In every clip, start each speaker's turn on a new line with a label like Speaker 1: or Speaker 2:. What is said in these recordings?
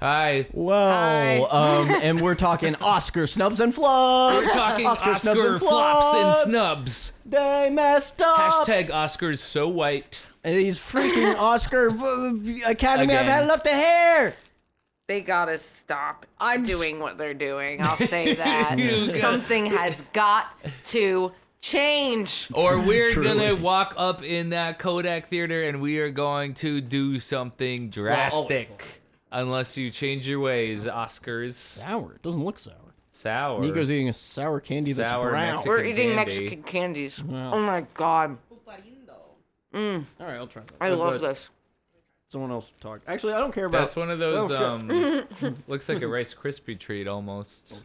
Speaker 1: Hi.
Speaker 2: Whoa. Um, and we're talking Oscar snubs and flubs.
Speaker 1: We're talking Oscar, flops and snubs.
Speaker 2: They messed up.
Speaker 1: Hashtag Oscar is so white.
Speaker 2: And These freaking Oscar v- Academy. I've
Speaker 1: Again.
Speaker 2: had enough to hair.
Speaker 3: They gotta stop
Speaker 2: I'm s-
Speaker 3: doing what they're doing. I'll say
Speaker 1: You
Speaker 3: that.
Speaker 1: got-
Speaker 3: Something has got to change.
Speaker 1: Or we're
Speaker 2: Truly.
Speaker 1: gonna walk up in that Kodak theater and we are going to do something drastic. Unless you change your ways, Oscars.
Speaker 2: Sour. It doesn't look sour.
Speaker 1: Sour.
Speaker 2: Nico's eating a sour candy that's
Speaker 1: Sour
Speaker 2: brown.
Speaker 1: Mexican.
Speaker 3: We're eating
Speaker 1: candy.
Speaker 3: Mexican candies. Oh my god.
Speaker 2: All right, I'll try that.
Speaker 3: I
Speaker 2: Let's
Speaker 3: love
Speaker 2: let
Speaker 3: this.
Speaker 2: Someone else talk. Actually, I don't care about.
Speaker 1: That's one of those.
Speaker 2: Oh, shit.
Speaker 1: Um, looks like a Rice Krispie treat almost.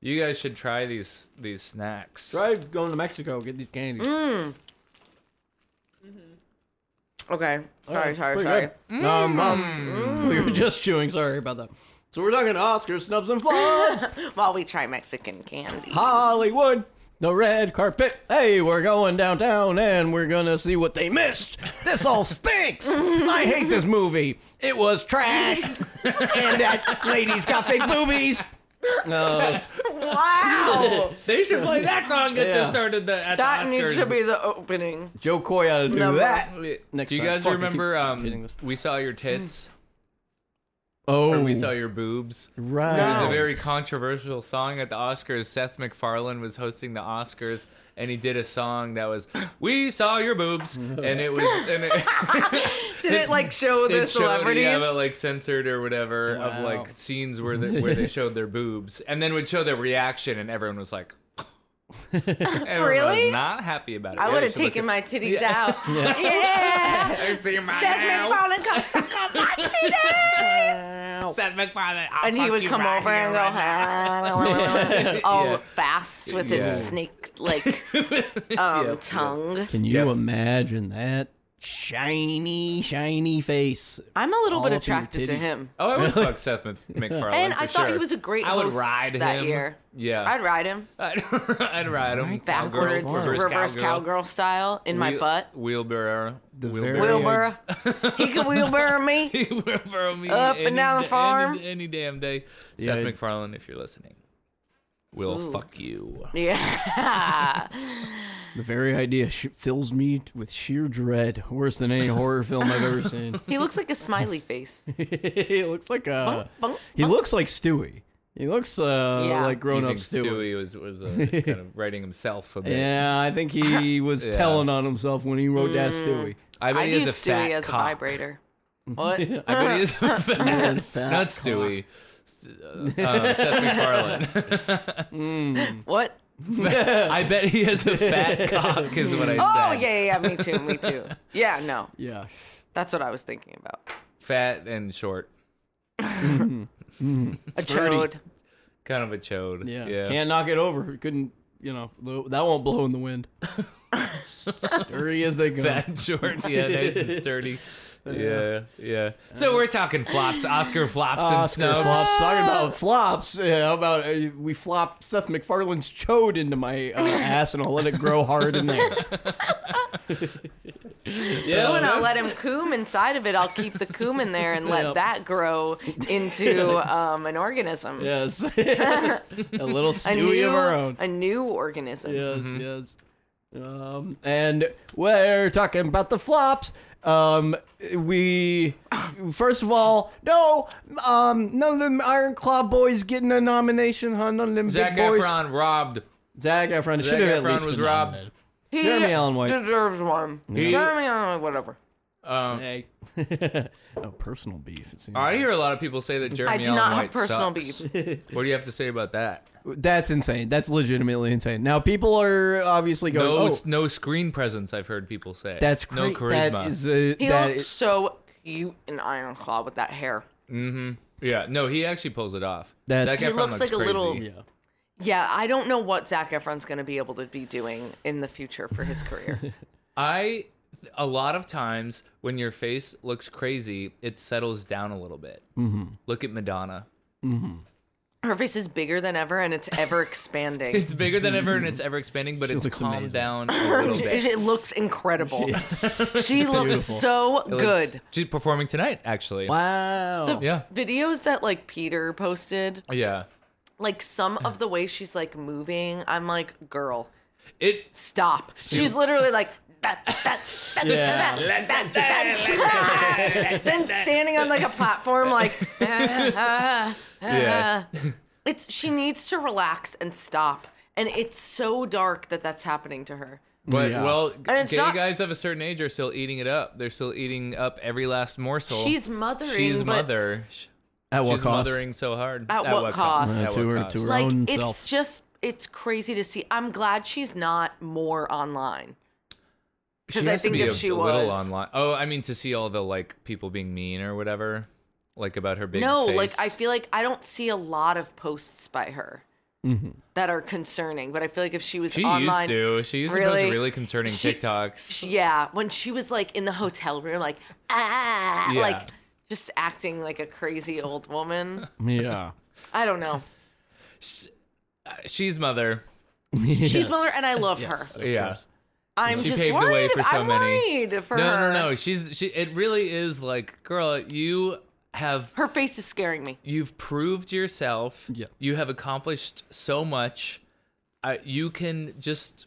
Speaker 1: You guys should try these these snacks.
Speaker 2: Try going to Mexico. Get these candies.
Speaker 3: Okay. Sorry,
Speaker 2: Alright,
Speaker 3: sorry,
Speaker 2: pretty
Speaker 3: sorry.
Speaker 2: good. Um, um, we were just chewing. Sorry about that. So we're talking Oscar snubs and flubs.
Speaker 3: While we try Mexican candy.
Speaker 2: Hollywood, the red carpet. Hey, we're going downtown and we're gonna see what they missed. This all stinks. I hate this movie. It was trash. and that lady's got fake boobies. No,
Speaker 3: Wow!
Speaker 1: They should play that song at
Speaker 2: Yeah.
Speaker 1: the start of the at
Speaker 3: that
Speaker 1: the
Speaker 3: needs
Speaker 1: Oscars.
Speaker 3: to be the opening.
Speaker 2: Joe Coy ought to do
Speaker 3: Number-
Speaker 2: that. Next
Speaker 1: do you
Speaker 2: time.
Speaker 1: guys
Speaker 2: Fuck, I keep
Speaker 1: remember
Speaker 2: hitting
Speaker 1: um,
Speaker 2: this.
Speaker 1: we saw your tits
Speaker 2: Oh,
Speaker 1: or we saw your boobs?
Speaker 2: right.
Speaker 1: It was a very controversial song at the Oscars. Seth MacFarlane was hosting the Oscars, and he did a song that was "We saw your boobs," and it was and it,
Speaker 3: Did it like show the
Speaker 1: it showed
Speaker 3: celebrities?
Speaker 1: yeah, but like censored or whatever of like scenes where the, where they showed their boobs, and then would show their reaction, and everyone was like. Everyone
Speaker 3: Really?
Speaker 1: Was not happy about it.
Speaker 3: I
Speaker 1: Yeah,
Speaker 3: would
Speaker 1: you
Speaker 3: have
Speaker 1: should look
Speaker 3: taken
Speaker 1: at-
Speaker 3: my titties out. Yeah.
Speaker 1: Everything in my
Speaker 3: Seth
Speaker 1: mouth.
Speaker 3: MacFarlane, come suck on my titties.
Speaker 1: Seth MacFarlane. I'll
Speaker 3: And he
Speaker 1: fuck
Speaker 3: would
Speaker 1: you
Speaker 3: come
Speaker 1: right
Speaker 3: over and
Speaker 1: here
Speaker 3: go,
Speaker 1: right
Speaker 3: all
Speaker 1: Yeah.
Speaker 3: fast with his
Speaker 1: Yeah.
Speaker 3: snake like um, tongue.
Speaker 2: Can you imagine that shiny, shiny face?
Speaker 3: I'm a little
Speaker 2: All
Speaker 3: bit
Speaker 2: up in your
Speaker 3: attracted to
Speaker 2: titties.
Speaker 3: him.
Speaker 1: Oh, I would fuck Seth Mac- MacFarlane.
Speaker 3: And I
Speaker 1: for
Speaker 3: thought he
Speaker 1: sure.
Speaker 3: was a great
Speaker 1: I would
Speaker 3: host
Speaker 1: ride
Speaker 3: that
Speaker 1: him.
Speaker 3: year.
Speaker 1: Yeah,
Speaker 3: I'd ride him
Speaker 1: I'd, I'd ride him
Speaker 3: backwards,
Speaker 1: Cowgirl,
Speaker 3: reverse, cowgirl. style in my
Speaker 1: Wheel-
Speaker 3: butt.
Speaker 1: Wheelbarrow. The
Speaker 2: very-
Speaker 3: Wheelbarrow. he could wheelbarrow me.
Speaker 1: wheelbarrow me
Speaker 3: Up and
Speaker 1: any
Speaker 3: down the
Speaker 1: da-
Speaker 3: farm.
Speaker 1: Any, any damn day.
Speaker 2: Yeah.
Speaker 1: Seth MacFarlane, if you're listening, will fuck you.
Speaker 3: Yeah.
Speaker 2: The very idea sh- fills me t- with sheer dread, worse than any horror film I've ever seen.
Speaker 3: he looks like a smiley face.
Speaker 2: he looks like a.
Speaker 3: Bunk,
Speaker 2: He looks like Stewie. He looks uh,
Speaker 3: Yeah.
Speaker 2: like grown
Speaker 1: You
Speaker 2: up
Speaker 1: think
Speaker 2: Stewie.
Speaker 1: Stewie was was uh, kind of writing himself a bit.
Speaker 2: Yeah, I think he was
Speaker 1: Yeah.
Speaker 2: telling on himself when he wrote that Stewie.
Speaker 1: I bet
Speaker 3: I'd
Speaker 1: he is
Speaker 3: use
Speaker 1: a fat
Speaker 3: Stewie as
Speaker 1: cock.
Speaker 3: a vibrator. What?
Speaker 1: I bet he is a fat,
Speaker 2: fat
Speaker 1: not
Speaker 2: cock.
Speaker 1: Stewie. St- uh, um, Seth MacFarlane.
Speaker 3: What?
Speaker 1: I bet he has a fat cock, is what I
Speaker 3: Oh
Speaker 1: said.
Speaker 3: yeah, yeah, yeah, me too, me too. Yeah, no,
Speaker 2: Yeah.
Speaker 3: that's what I was thinking about.
Speaker 1: Fat and short.
Speaker 3: A
Speaker 2: Spurty.
Speaker 3: chode.
Speaker 1: Kind of a chode.
Speaker 2: Yeah.
Speaker 1: yeah.
Speaker 2: Can't knock it over. Couldn't, you know, lo- that won't blow in the wind. Sturdy as they go.
Speaker 1: Fat and short. Yeah, nice and sturdy. Yeah, yeah. So we're talking flops, Oscar flops and
Speaker 2: Uh, Oscar
Speaker 1: snubs.
Speaker 2: flops. Talking about flops. Yeah, how about uh, we flop Seth MacFarlane's chode into my uh, ass and I'll let it grow hard in there.
Speaker 1: Yeah,
Speaker 3: When I
Speaker 1: that's-
Speaker 3: let him coom inside of it, I'll keep the coom in there and let that grow into um, an organism,
Speaker 2: Yes. a little
Speaker 3: a
Speaker 2: Stewie
Speaker 3: new,
Speaker 2: of our own.
Speaker 3: a new organism.
Speaker 2: Yes,
Speaker 1: Mm-hmm.
Speaker 2: yes. Um, and we're talking about the flops. Um, we first of all, no, um, none of them Iron Claw boys getting a nomination, huh? None of them
Speaker 1: Zac
Speaker 2: big boys.
Speaker 1: Efron robbed.
Speaker 2: Zac Efron
Speaker 1: Zac
Speaker 2: should have at
Speaker 1: Efron
Speaker 2: least
Speaker 1: was
Speaker 2: been
Speaker 1: robbed.
Speaker 2: nominated.
Speaker 3: He
Speaker 2: Jeremy Allen White.
Speaker 3: deserves one.
Speaker 1: He-
Speaker 3: Jeremy Allen, White, whatever.
Speaker 1: Um,
Speaker 2: Hey, oh, personal beef. It seems.
Speaker 1: I hear a lot of people say that Jeremy
Speaker 3: I do
Speaker 1: Allen
Speaker 3: not
Speaker 1: White
Speaker 3: have personal
Speaker 1: sucks.
Speaker 3: beef.
Speaker 1: What do you have to say about that?
Speaker 2: That's insane. That's legitimately insane. Now people are obviously going.
Speaker 1: No,
Speaker 2: oh,
Speaker 1: no screen presence. I've heard people say.
Speaker 2: that's
Speaker 1: no
Speaker 2: great.
Speaker 1: charisma.
Speaker 2: That is a,
Speaker 3: He
Speaker 2: that
Speaker 3: looks
Speaker 2: is-
Speaker 3: so cute in Iron Claw with that hair.
Speaker 1: yeah, no, he actually pulls it off.
Speaker 2: That's-
Speaker 1: Zac
Speaker 3: He
Speaker 1: Efron
Speaker 3: looks like a
Speaker 1: crazy.
Speaker 3: little-
Speaker 2: yeah.
Speaker 3: Yeah, I don't know what Zach Efron's going to be able to be doing in the future for his career.
Speaker 1: I a lot of times when your face looks crazy, it settles down a little bit. Mm-hmm. Look at Madonna.
Speaker 3: Her face is bigger than ever, and it's ever expanding.
Speaker 1: It's bigger than ever and it's
Speaker 2: Mm-hmm.
Speaker 1: ever expanding, but it's
Speaker 2: looks
Speaker 1: calmed
Speaker 2: amazing.
Speaker 1: down a little bit.
Speaker 3: it looks incredible.
Speaker 2: Yes.
Speaker 3: She looks
Speaker 2: Beautiful.
Speaker 3: so
Speaker 1: It looks-
Speaker 3: good.
Speaker 1: She's performing tonight, actually.
Speaker 2: Wow.
Speaker 3: The
Speaker 1: Yeah.
Speaker 3: videos that like Peter posted,
Speaker 1: Yeah.
Speaker 3: like some of the way she's like moving, I'm like, girl,
Speaker 1: It
Speaker 3: stop. She's literally like that, that, that,
Speaker 2: Yeah.
Speaker 3: that, that, that, that. then standing on like a platform, like ah, ah,
Speaker 1: yeah.
Speaker 3: ah. it's she needs to relax and stop. And it's so dark that that's happening to her.
Speaker 1: But
Speaker 2: Yeah.
Speaker 1: well,
Speaker 3: it's
Speaker 1: gay
Speaker 3: not-
Speaker 1: guys of a certain age are still eating it up. They're still eating up every last morsel.
Speaker 3: She's mothering.
Speaker 1: she's
Speaker 3: but,
Speaker 1: mother. Sh-
Speaker 2: At what
Speaker 1: She's
Speaker 2: cost?
Speaker 1: mothering so hard.
Speaker 3: At what cost?
Speaker 1: At
Speaker 2: Uh, to
Speaker 1: what
Speaker 2: her-
Speaker 1: cost?
Speaker 2: to her-
Speaker 3: Like
Speaker 2: own
Speaker 3: it's
Speaker 2: self.
Speaker 3: just it's crazy to see. I'm glad she's not more online.
Speaker 1: She
Speaker 3: 'Cause I
Speaker 1: has to
Speaker 3: think
Speaker 1: be
Speaker 3: if
Speaker 1: a
Speaker 3: she
Speaker 1: little
Speaker 3: was-
Speaker 1: online. Oh, I mean to see all the like people being mean or whatever, like about her big.
Speaker 3: No,
Speaker 1: face.
Speaker 3: like I feel like I don't see a lot of posts by her that are concerning. But I feel like if she was
Speaker 1: Mm-hmm. she used
Speaker 3: online,
Speaker 1: to. She used to
Speaker 3: really-
Speaker 1: post really concerning
Speaker 3: she-
Speaker 1: TikToks.
Speaker 3: yeah, when she was like in the hotel room, like ah,
Speaker 1: Yeah.
Speaker 3: like just acting like a crazy old woman.
Speaker 2: Yeah.
Speaker 3: I don't know.
Speaker 1: She's mother.
Speaker 3: She's mother, and I love her.
Speaker 1: Yeah.
Speaker 3: I'm
Speaker 1: She
Speaker 3: just
Speaker 1: paved the way
Speaker 3: worried.
Speaker 1: for so
Speaker 3: I'm
Speaker 1: many.
Speaker 3: worried for
Speaker 1: no,
Speaker 3: her.
Speaker 1: no, no. She's she. It really is like, girl, you have
Speaker 3: Her face is scaring me.
Speaker 1: you've proved yourself.
Speaker 2: Yeah.
Speaker 1: You have accomplished so much. Uh, you can just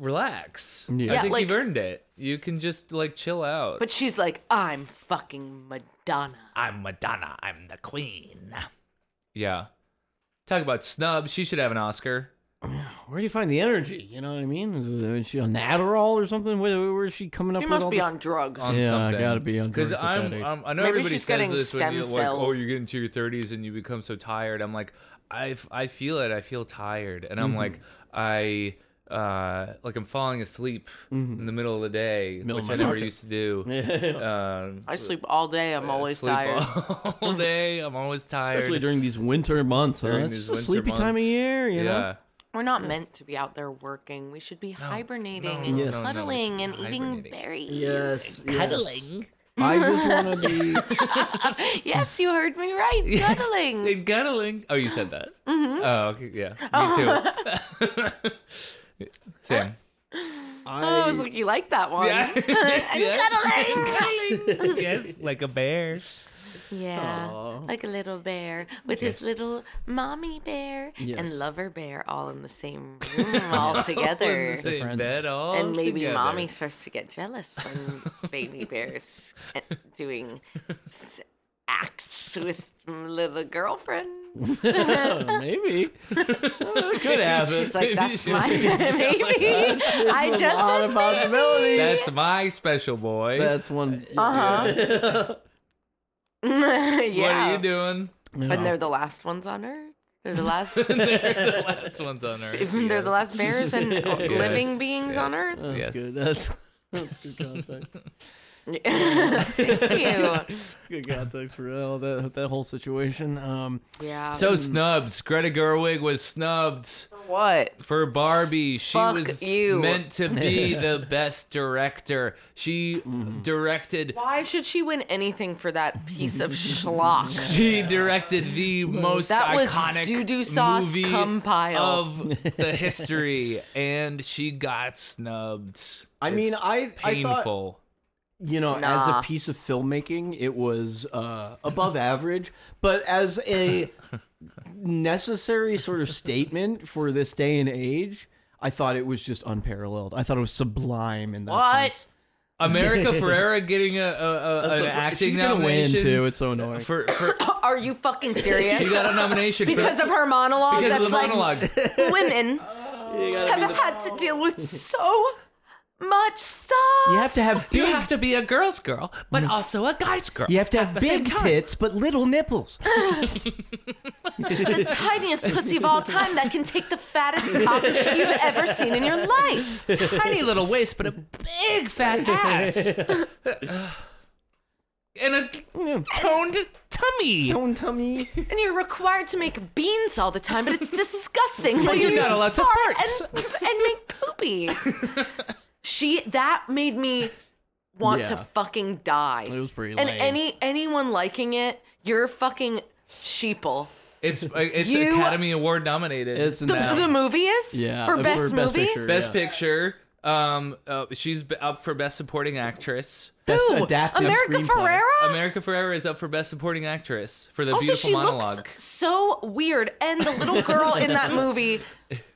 Speaker 1: relax.
Speaker 2: Yeah.
Speaker 1: I
Speaker 3: Yeah,
Speaker 1: think
Speaker 3: like-
Speaker 1: you've earned it. You can just like chill out.
Speaker 3: But she's like, I'm fucking Madonna.
Speaker 1: I'm Madonna. I'm the queen. Yeah. Talk about snub. She should have an Oscar.
Speaker 2: Where do you find the energy? You know what I mean? Is, is she on Adderall or something? Where, where is she coming up
Speaker 3: She
Speaker 2: with
Speaker 3: must
Speaker 2: all
Speaker 3: be
Speaker 2: this?
Speaker 3: on drugs.
Speaker 1: On
Speaker 2: Yeah,
Speaker 1: something.
Speaker 2: gotta be on drugs at that
Speaker 1: I'm,
Speaker 2: age.
Speaker 1: I'm- I know
Speaker 3: Maybe
Speaker 1: everybody
Speaker 3: she's
Speaker 1: says
Speaker 3: getting
Speaker 1: this when
Speaker 3: stem
Speaker 1: you're like,
Speaker 3: cell.
Speaker 1: oh, you're getting to your 30s and you become so tired. I'm like, I, f- I feel it. I feel tired, and
Speaker 2: Mm-hmm.
Speaker 1: I'm like, I. Uh, like I'm falling asleep in the middle of the day,
Speaker 2: Mm-hmm. of
Speaker 1: which
Speaker 2: my
Speaker 1: I never
Speaker 2: night.
Speaker 1: used to do. Um,
Speaker 3: I sleep all day. I'm always
Speaker 1: sleep
Speaker 3: tired.
Speaker 1: all day. I'm always tired.
Speaker 2: Especially during these winter months. Huh?
Speaker 1: during
Speaker 2: It's
Speaker 1: these
Speaker 2: just a
Speaker 1: winter
Speaker 2: sleepy time of
Speaker 1: months.
Speaker 2: year, you
Speaker 1: yeah.
Speaker 2: know?
Speaker 3: We're not meant to be out there working. We should be hibernating and
Speaker 1: no,
Speaker 2: no,
Speaker 3: cuddling and
Speaker 1: no,
Speaker 3: eating
Speaker 1: hibernating.
Speaker 3: berries.
Speaker 2: Cuddling. I just want to be.
Speaker 3: Yes, you heard me right.
Speaker 1: Yes,
Speaker 3: Cuddling.
Speaker 1: and Cuddling. Oh, you said that.
Speaker 3: Mm-hmm.
Speaker 1: Oh, okay, yeah. Me too. Sam.
Speaker 3: Oh, I was like, you like that one.
Speaker 1: Yeah.
Speaker 3: And cuddling.
Speaker 1: yes, like a bear.
Speaker 3: yeah. Like a little bear with his little mommy bear and
Speaker 2: Yes.
Speaker 3: lover bear all in the same room all together.
Speaker 1: In the same
Speaker 2: friends.
Speaker 1: bed all
Speaker 3: and maybe
Speaker 1: together.
Speaker 3: mommy starts to get jealous when baby bear's doing s- acts with little girlfriend.
Speaker 2: maybe. it could happen.
Speaker 3: She's like,
Speaker 1: Maybe
Speaker 3: that's
Speaker 1: she's
Speaker 3: my
Speaker 1: really
Speaker 3: maybe. I
Speaker 2: There's a lot
Speaker 3: just
Speaker 2: of possibilities. Uh,
Speaker 1: That's my special boy.
Speaker 2: That's one.
Speaker 3: Uh,
Speaker 1: what
Speaker 3: "Uh-huh." yeah.
Speaker 1: are you doing?
Speaker 3: And they're the last ones on Earth. They're the last.
Speaker 1: the last one's on Earth.
Speaker 3: They're the last bears and living
Speaker 1: Yes,
Speaker 3: beings on
Speaker 1: yes.
Speaker 3: Earth.
Speaker 2: That's
Speaker 1: Yes.
Speaker 2: good. That's, that's good context.
Speaker 3: Thank you.
Speaker 2: That's good context for all that, that whole situation. Um,
Speaker 3: Yeah.
Speaker 1: So snubs. Greta Gerwig was snubbed
Speaker 3: what?
Speaker 1: for Barbie. She
Speaker 3: Fuck
Speaker 1: was
Speaker 3: you.
Speaker 1: meant to be the best director. She
Speaker 3: Mm-hmm.
Speaker 1: directed
Speaker 3: Why should she win anything for that piece of schlock?
Speaker 1: She directed the most
Speaker 3: That was
Speaker 1: iconic
Speaker 3: doo-doo sauce
Speaker 1: movie
Speaker 3: compile.
Speaker 1: of the history, and she got snubbed.
Speaker 2: I mean, I I thought
Speaker 1: Painful.
Speaker 2: you know as
Speaker 3: Nah.
Speaker 2: a piece of filmmaking, it was uh, above average, but as a necessary sort of statement for this day and age, I thought it was just unparalleled. I thought it was sublime in that
Speaker 3: What?
Speaker 2: sense.
Speaker 1: America Ferrera getting a, a, a an
Speaker 2: So,
Speaker 1: acting
Speaker 2: she's gonna win
Speaker 1: nomination
Speaker 2: too. It's so annoying.
Speaker 1: for, for
Speaker 3: Are you fucking serious?
Speaker 1: she got a nomination
Speaker 3: because
Speaker 1: for,
Speaker 3: of her monologue.
Speaker 1: because
Speaker 3: that's
Speaker 1: of the monologue.
Speaker 3: like women have had to deal with so much stuff.
Speaker 2: you have to have big.
Speaker 1: you have to be a girl's girl, but also a guy's girl.
Speaker 2: Mm. You have to have
Speaker 1: at the same
Speaker 2: big
Speaker 1: time.
Speaker 2: tits but little nipples.
Speaker 3: the tiniest pussy of all time that can take the fattest cock you've ever seen in your life.
Speaker 1: tiny little waist, but a big fat ass, and a toned tummy.
Speaker 2: Don't tell me.
Speaker 3: And you're required to make beans all the time, but it's disgusting. Well,
Speaker 1: you're not allowed to
Speaker 3: and, and make poopies. She that made me want to
Speaker 2: Yeah.
Speaker 3: fucking die. It
Speaker 2: was pretty
Speaker 3: And
Speaker 2: lame.
Speaker 3: any anyone liking it, you're fucking sheeple.
Speaker 1: It's uh, it's
Speaker 3: You-
Speaker 1: Academy Award nominated.
Speaker 2: It's
Speaker 1: now.
Speaker 3: The,
Speaker 2: No.
Speaker 3: the movie is
Speaker 2: Yeah,
Speaker 3: for best, movie.
Speaker 2: Picture,
Speaker 1: Best
Speaker 2: yeah.
Speaker 1: Picture. Um, uh, she's b- up for Best Supporting Actress.
Speaker 2: Best
Speaker 3: Who?
Speaker 2: adapted
Speaker 3: America
Speaker 2: screenplay.
Speaker 3: Ferrera.
Speaker 1: America Ferrera is up for Best Supporting Actress for the
Speaker 3: also,
Speaker 1: beautiful
Speaker 3: she
Speaker 1: monologue.
Speaker 3: looks so weird, and the little girl in that movie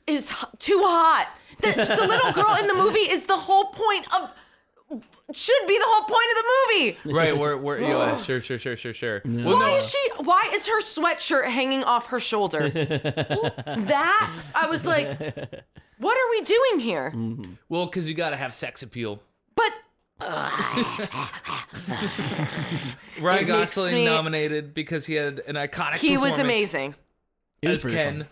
Speaker 3: is h- too hot. The, the little girl in the movie is the whole point of should be the whole point of the movie.
Speaker 1: Right, we're, we're yeah, sure, sure, sure, sure, sure. Well,
Speaker 3: Oh. Why
Speaker 1: no,
Speaker 3: is she? Why is her sweatshirt hanging off her shoulder? that I was like, what are we doing here?
Speaker 1: Mm. well, because you gotta have sex appeal.
Speaker 3: But
Speaker 1: Ryan
Speaker 3: It makes
Speaker 1: Gosling
Speaker 3: me-
Speaker 1: nominated because he had an iconic.
Speaker 3: he was
Speaker 1: performance Uh,
Speaker 3: amazing.
Speaker 2: It was
Speaker 1: As
Speaker 2: pretty
Speaker 1: Ken,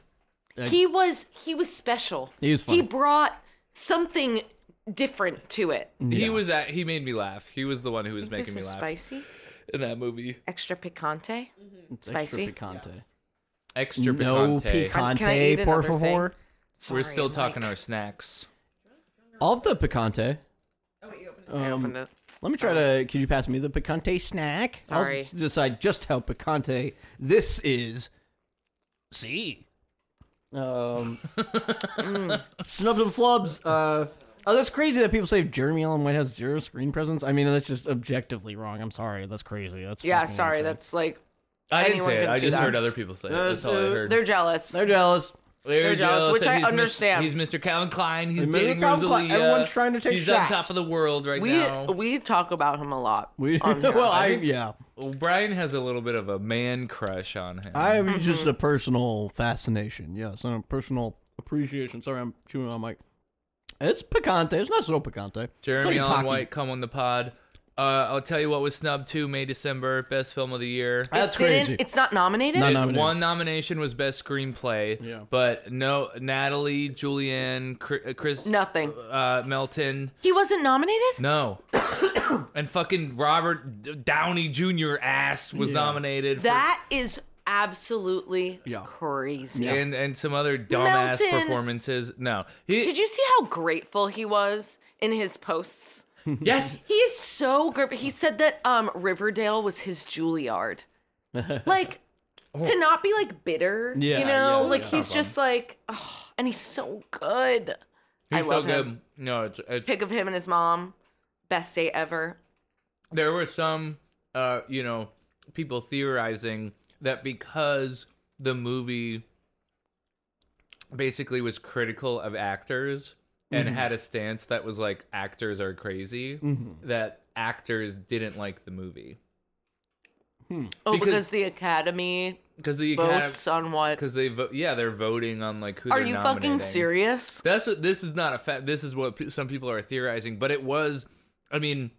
Speaker 2: fun.
Speaker 3: He was he was special.
Speaker 2: He was
Speaker 3: He
Speaker 2: funny.
Speaker 3: brought something different to it.
Speaker 1: he was at, he made me laugh. He was the one who was making
Speaker 3: this
Speaker 1: me
Speaker 3: is
Speaker 1: laugh
Speaker 3: spicy,
Speaker 1: in that movie.
Speaker 3: extra picante.
Speaker 2: It's extra
Speaker 3: Spicy.
Speaker 2: Picante.
Speaker 1: Extra
Speaker 2: No
Speaker 1: picante.
Speaker 3: Can- can I eat
Speaker 2: picante, por
Speaker 3: another thing?
Speaker 2: favor.
Speaker 1: We're
Speaker 3: Sorry,
Speaker 1: still talking
Speaker 3: Mike.
Speaker 1: our snacks.
Speaker 2: Of the picante. Um,
Speaker 3: I Oh, opened it.
Speaker 2: Let me try to. Could you pass me the picante snack?
Speaker 3: Sorry.
Speaker 2: I'll decide just how picante this is. See. Um. mm, snubs and flubs. Uh. Oh, that's crazy that people say Jeremy Allen White has zero screen presence. I mean, that's just objectively wrong. I'm sorry. That's crazy. That's
Speaker 3: Yeah,
Speaker 2: fucking
Speaker 3: sorry.
Speaker 2: insane.
Speaker 3: That's like
Speaker 1: I didn't
Speaker 3: Anyone
Speaker 1: say it.
Speaker 3: can
Speaker 1: I
Speaker 3: see
Speaker 1: just
Speaker 3: that.
Speaker 1: heard other people say it. That's all I heard.
Speaker 3: they're jealous.
Speaker 2: they're jealous.
Speaker 1: They're,
Speaker 3: jealous, which
Speaker 1: that
Speaker 3: I
Speaker 1: he's Mis-
Speaker 3: understand.
Speaker 1: he's Mr. Calvin Klein. He's
Speaker 2: Mr.
Speaker 1: dating
Speaker 2: Calvin Klein.
Speaker 1: Rosalia.
Speaker 2: Everyone's trying to take
Speaker 1: He's
Speaker 2: shots.
Speaker 1: on top of the world right
Speaker 3: we
Speaker 1: now.
Speaker 3: we talk about him a lot.
Speaker 2: We,
Speaker 3: on here.
Speaker 2: well, I yeah.
Speaker 1: Well, Brian has a little bit of a man crush on him.
Speaker 2: I
Speaker 3: Mm-hmm.
Speaker 2: have just a personal fascination. Yes, and a personal appreciation. Sorry, I'm chewing on my. It's picante. It's not so picante.
Speaker 1: Jeremy
Speaker 2: it's like
Speaker 1: Allen
Speaker 2: Taki.
Speaker 1: White, come on the pod. Uh, I'll tell you what was snubbed too. May December, best film of the year.
Speaker 2: That's
Speaker 3: Didn't-
Speaker 2: crazy.
Speaker 3: It's not nominated.
Speaker 2: No, no. nominated.
Speaker 1: One nomination was best screenplay.
Speaker 2: Yeah.
Speaker 1: But no, Natalie, Julianne, Chr- uh, Chris,
Speaker 3: Nothing.
Speaker 1: uh, Melton,
Speaker 3: He wasn't nominated.
Speaker 1: no. and fucking Robert D- Downey Jr. ass was nominated. for-
Speaker 3: That is absolutely
Speaker 2: Yeah.
Speaker 3: crazy.
Speaker 1: and and some other dumbass
Speaker 3: Melton.
Speaker 1: performances. No, he,
Speaker 3: Did you see how grateful he was in his posts?
Speaker 1: yes,
Speaker 3: He is so grateful. He said that um, Riverdale was his Juilliard. like to not be like bitter,
Speaker 2: Oh. Yeah,
Speaker 3: you know?
Speaker 2: yeah,
Speaker 3: like
Speaker 2: yeah. uh-huh.
Speaker 3: he's just like, oh, and he's so good.
Speaker 1: he's
Speaker 3: I
Speaker 1: so
Speaker 3: love
Speaker 1: good.
Speaker 3: him.
Speaker 1: No, it's, it's,
Speaker 3: Pick of him and his mom, best day ever.
Speaker 1: there were some, uh, you know, people theorizing that because the movie basically was critical of actors and had a stance that was like actors are crazy, that actors didn't like the movie
Speaker 3: Oh, because,
Speaker 1: Because-
Speaker 3: the Academy
Speaker 1: because the
Speaker 3: votes on what?
Speaker 1: because they vo- yeah they're voting on like who
Speaker 3: Are
Speaker 1: they're
Speaker 3: you fucking
Speaker 1: nominating.
Speaker 3: serious?
Speaker 1: That's what this is not a fact. This is what pe- some people are theorizing, but it was. I mean,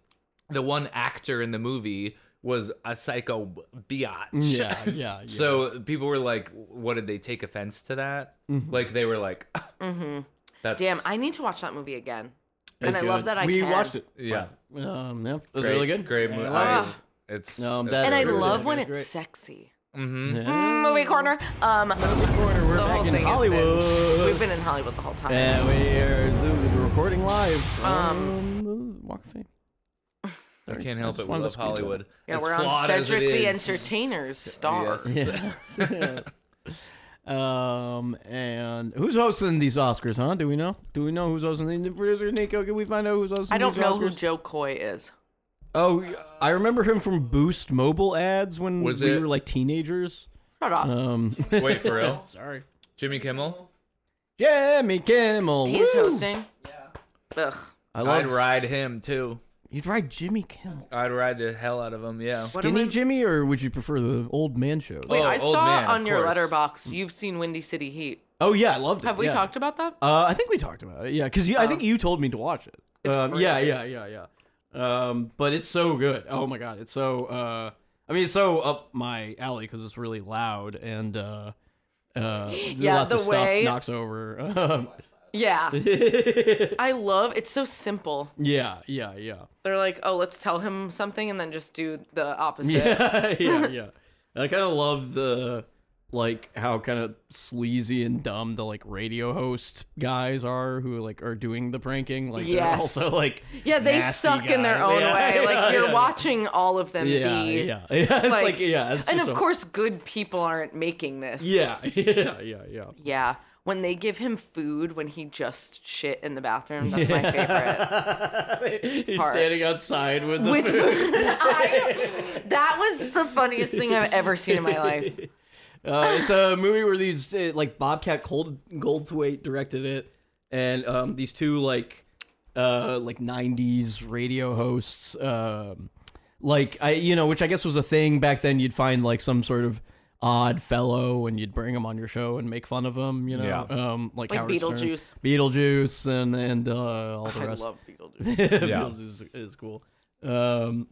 Speaker 1: the one actor in the movie was a psycho b- biatch.
Speaker 2: yeah, yeah, yeah. Mm-hmm.
Speaker 1: So people were like, "What did they take offense to that?" Like they were like, "That's
Speaker 3: Mm-hmm. Damn, I need to watch that movie again. and I
Speaker 2: It's
Speaker 3: love
Speaker 2: good.
Speaker 3: that I
Speaker 2: we
Speaker 3: can.
Speaker 2: watched it.
Speaker 1: yeah,
Speaker 2: Um, yeah, it was
Speaker 1: great-
Speaker 2: really good.
Speaker 1: great movie."
Speaker 2: Yeah.
Speaker 1: I- It's
Speaker 2: Um,
Speaker 1: it's
Speaker 2: that-
Speaker 3: And I
Speaker 2: Really good.
Speaker 3: love when
Speaker 2: It's
Speaker 3: it's
Speaker 2: great.
Speaker 3: sexy.
Speaker 1: Mm-hmm.
Speaker 3: Mm,
Speaker 2: Yeah.
Speaker 3: Movie corner. Um,
Speaker 2: Corner, we're
Speaker 3: the
Speaker 2: back in
Speaker 3: whole thing has been-
Speaker 2: Hollywood.
Speaker 3: we've been in Hollywood the whole time.
Speaker 2: and we are do- recording live
Speaker 3: Um,
Speaker 2: from the Walk of Fame.
Speaker 1: I can't help
Speaker 2: just
Speaker 1: it. We
Speaker 2: wanted to
Speaker 1: love
Speaker 2: squeeze that in.
Speaker 1: Hollywood.
Speaker 3: Yeah,
Speaker 1: As
Speaker 3: we're on
Speaker 1: flawed as
Speaker 3: Cedric
Speaker 1: it
Speaker 3: the
Speaker 1: is.
Speaker 3: Entertainer's star.
Speaker 1: Yes.
Speaker 2: Um, and who's hosting these Oscars? Huh? Do we know? Do we know who's hosting? the Producer Nico, can we find out who's hosting?
Speaker 3: I don't
Speaker 2: these
Speaker 3: know who
Speaker 2: Oscars?
Speaker 3: Joe Coy is.
Speaker 2: Oh, I remember him from Boost Mobile ads when
Speaker 1: Was
Speaker 2: we
Speaker 1: it-
Speaker 2: were like teenagers.
Speaker 3: Shut up.
Speaker 1: Oh.
Speaker 2: Um,
Speaker 1: Wait for real,
Speaker 2: sorry,
Speaker 1: Jimmy Kimmel.
Speaker 2: Jimmy Kimmel.
Speaker 3: He's
Speaker 2: woo!
Speaker 3: hosting. Yeah. Ugh.
Speaker 2: I love.
Speaker 1: I'd ride him too.
Speaker 2: You'd ride Jimmy Kimmel.
Speaker 1: I'd ride the hell out of him. Yeah.
Speaker 3: What am
Speaker 2: Skinny
Speaker 3: I-
Speaker 2: Jimmy, or would you prefer the old man show?
Speaker 1: Oh,
Speaker 3: Wait, I
Speaker 1: old
Speaker 3: saw
Speaker 1: man, of
Speaker 3: on your
Speaker 1: course.
Speaker 3: letterbox you've seen Windy City Heat.
Speaker 2: Oh yeah, I loved it.
Speaker 3: Have we
Speaker 2: yeah.
Speaker 3: talked about that?
Speaker 2: Uh, I think we talked about it. Yeah, because I
Speaker 3: Um,
Speaker 2: think you told me to watch it. Um, yeah, yeah, yeah, yeah. Um, but it's so good. Oh my god, it's so. Uh, I mean, it's so up my alley because it's really loud and uh, uh,
Speaker 3: Yeah,
Speaker 2: lots
Speaker 3: the
Speaker 2: of stuff
Speaker 3: way-
Speaker 2: knocks over. Um,
Speaker 3: Yeah. I love it's so simple.
Speaker 2: yeah, yeah, yeah,
Speaker 3: They're like, oh, let's tell him something and then just do the opposite.
Speaker 2: yeah, yeah, yeah. And I kind of love the like how kind of sleazy and dumb the like radio host guys are who like are doing the pranking. Like they're
Speaker 3: Yes.
Speaker 2: also like
Speaker 3: Yeah, they
Speaker 2: nasty
Speaker 3: suck in their
Speaker 2: guys.
Speaker 3: own
Speaker 2: Yeah,
Speaker 3: way. Like
Speaker 2: yeah,
Speaker 3: you're
Speaker 2: yeah.
Speaker 3: watching all of them
Speaker 2: Yeah,
Speaker 3: be
Speaker 2: yeah, yeah. It's like, yeah, it's
Speaker 3: and
Speaker 2: just
Speaker 3: of
Speaker 2: a-
Speaker 3: course good people aren't making this.
Speaker 2: yeah, yeah, yeah, yeah.
Speaker 3: Yeah. When they give him food when he just shit in the bathroom, that's my favorite.
Speaker 2: He's
Speaker 3: Part.
Speaker 2: standing outside with the
Speaker 3: With
Speaker 2: food.
Speaker 3: I- that was the funniest thing I've ever seen in my life.
Speaker 2: Uh, it's a movie where these uh, like Bobcat Cold Goldthwait directed it, and um, these two like uh, like '90s radio hosts, um, like I you know, which I guess was a thing back then. You'd find like some sort of odd fellow and you'd bring him on your show and make fun of him, you know,
Speaker 1: Yeah.
Speaker 2: um, like,
Speaker 3: Like
Speaker 2: Howard Stern.
Speaker 3: Beetlejuice.
Speaker 2: Beetlejuice, and and uh, all the
Speaker 3: I
Speaker 2: rest.
Speaker 3: love Beetlejuice.
Speaker 1: Yeah.
Speaker 2: Beetlejuice is, is cool. Um,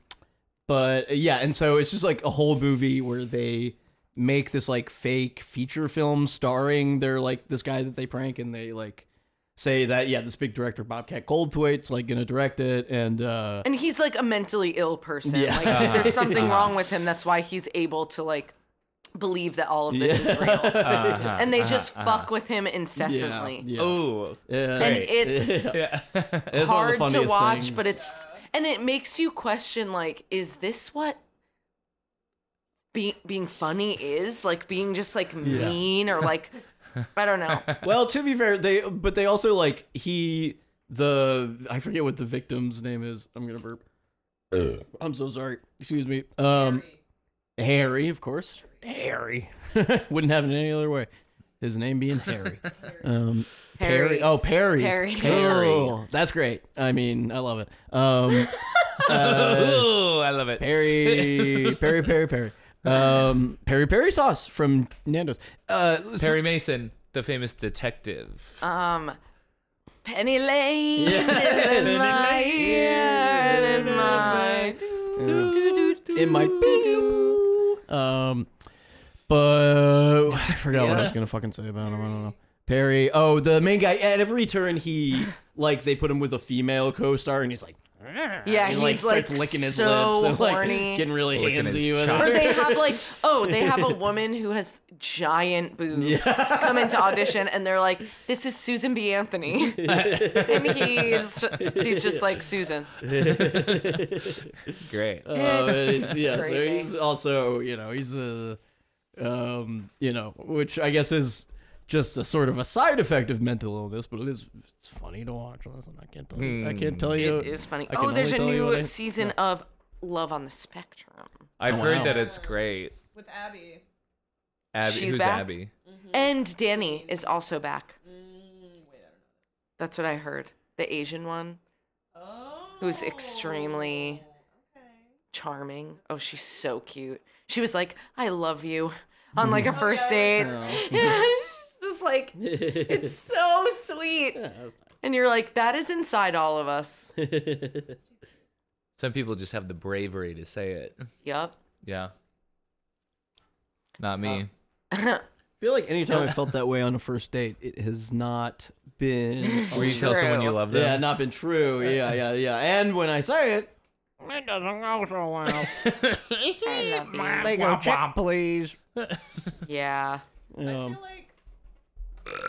Speaker 2: but uh, yeah, and so it's just like a whole movie where they make this like fake feature film starring their like this guy that they prank, and they like say that yeah, this big director Bobcat Goldthwait's like gonna direct it, and uh,
Speaker 3: and he's like a mentally ill person.
Speaker 2: Yeah. Uh-huh.
Speaker 3: Like there's something wrong with him. That's why he's able to like believe that all of this is real. and they just fuck with him
Speaker 2: Uh-huh. yeah,
Speaker 3: incessantly.
Speaker 2: yeah,
Speaker 1: Oh.
Speaker 2: yeah.
Speaker 3: And
Speaker 1: Great.
Speaker 3: it's
Speaker 1: Yeah.
Speaker 2: It's one of the
Speaker 3: hard to
Speaker 2: funniest
Speaker 3: watch,
Speaker 2: things.
Speaker 3: but it's and it makes you question like, is this what being being funny is? Like being just like mean or like I don't know.
Speaker 2: well, to be fair, they but they also like he the I forget what the victim's name is. I'm gonna burp. I'm so sorry. Excuse me. Um, Harry, of course. Harry wouldn't have it any other way. His name being Harry. Um, Perry.
Speaker 3: Harry.
Speaker 2: Oh, Perry.
Speaker 3: Harry.
Speaker 2: Cool. That's great. I mean, I love it. Um,
Speaker 1: Uh, Ooh, I love it.
Speaker 2: Perry. Perry. Perry. Perry. Um, Perry Perry sauce from Nando's. Uh, so-
Speaker 1: Perry Mason, the famous detective.
Speaker 3: Um Penny Lane is in my ear and in my
Speaker 2: It might be. Um, but I forgot what I was gonna fucking say about him. I don't know. Perry. Oh, the main guy. At every turn, he like they put him with a female co-star, and he's like,
Speaker 3: Yeah,
Speaker 2: he
Speaker 3: he's
Speaker 2: like
Speaker 3: like,
Speaker 2: starts licking his
Speaker 3: so
Speaker 2: lips and like
Speaker 3: horny.
Speaker 2: getting really
Speaker 1: Licking his
Speaker 2: handsy with
Speaker 1: chops.
Speaker 3: or
Speaker 2: her.
Speaker 3: they have like oh they have a woman who has giant boobs come into audition and they're like this is susan b anthony and he's he's just like susan
Speaker 1: Great.
Speaker 2: Uh, it's- yeah, so
Speaker 3: Crazy.
Speaker 2: he's also you know he's a, um, you know, which I guess is just a sort of a side effect of mental illness, but it is it's funny to watch. Listen, I can't tell you, I can't tell you.
Speaker 3: it is funny
Speaker 2: I can
Speaker 3: oh there's a
Speaker 2: only tell you
Speaker 3: new
Speaker 2: what I-
Speaker 3: season of love on the spectrum
Speaker 1: I've
Speaker 2: Oh,
Speaker 1: heard
Speaker 2: wow.
Speaker 1: that it's great.
Speaker 4: with Abby.
Speaker 1: Abby,
Speaker 3: She's
Speaker 1: who's
Speaker 3: back?
Speaker 1: Abby?
Speaker 3: and danny is also back that's what i heard the asian one
Speaker 4: Oh.
Speaker 3: who's extremely charming. Oh, she's so cute. She was like, "I love you" on like a first date.
Speaker 1: Oh.
Speaker 3: Yeah, she's just like it's so sweet. And you're like, "That is inside all of us."
Speaker 1: Some people just have the bravery to say it.
Speaker 3: Yep.
Speaker 1: Yeah. Not me.
Speaker 2: I feel like anytime I felt that way on a first date, it has not been
Speaker 1: Where you tell someone you
Speaker 3: Oh. True.
Speaker 1: love them.
Speaker 2: yeah, not been true. Yeah, yeah, yeah. And when I say it,
Speaker 5: It doesn't go so well.
Speaker 3: I love you.
Speaker 5: They go, chip, please.
Speaker 3: yeah.
Speaker 2: Um,
Speaker 4: I feel like